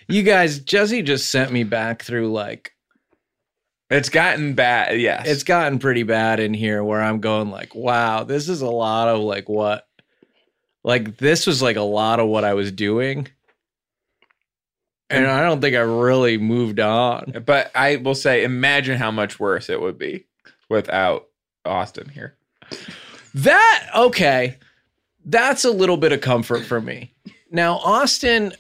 Speaker 2: you guys, Jesse just sent me back through like
Speaker 1: it's gotten bad. Yes,
Speaker 2: it's gotten pretty bad in here where I'm going like, wow, this is a lot of like what, like this was like a lot of what I was doing, and I don't think I really moved on.
Speaker 1: but I will say, imagine how much worse it would be without Austin here.
Speaker 2: That okay. That's a little bit of comfort for me. Now, Austin,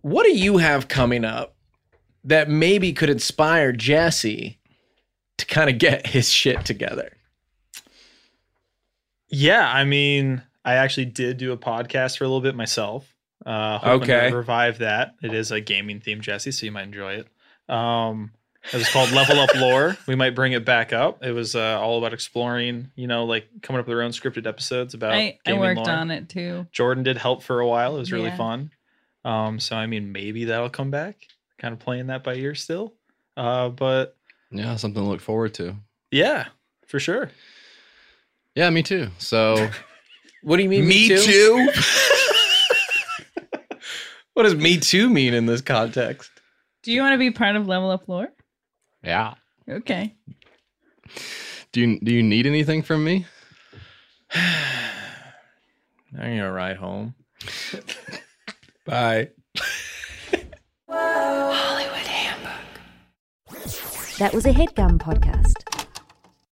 Speaker 2: what do you have coming up that maybe could inspire Jesse to kind of get his shit together?
Speaker 9: Yeah, I mean, I actually did do a podcast for a little bit myself. Uh, hoping
Speaker 1: Okay.
Speaker 9: to revive that. It is a gaming theme, Jesse, so you might enjoy it. Um, it was called Level Up Lore. We might bring it back up. It was uh, all about exploring, you know, like coming up with our own scripted episodes about.
Speaker 4: I, I
Speaker 9: gaming
Speaker 4: worked
Speaker 9: lore.
Speaker 4: on it too.
Speaker 9: Jordan did help for a while. It was really
Speaker 4: Yeah.
Speaker 9: fun. Um, so I mean, maybe that'll come back. Kind of playing that by ear still. Uh, but
Speaker 3: yeah, something to look forward to.
Speaker 9: yeah, for sure.
Speaker 3: Yeah, me too. So,
Speaker 2: what do you mean?
Speaker 9: Me
Speaker 1: too?
Speaker 2: what does me too mean in this context?
Speaker 4: Do you want to be part of Level Up Lore?
Speaker 3: Yeah.
Speaker 4: Okay.
Speaker 3: Do you do you need anything from me?
Speaker 2: I'm gonna ride home.
Speaker 1: Bye.
Speaker 11: Hollywood Handbook.
Speaker 12: That was a headgum podcast.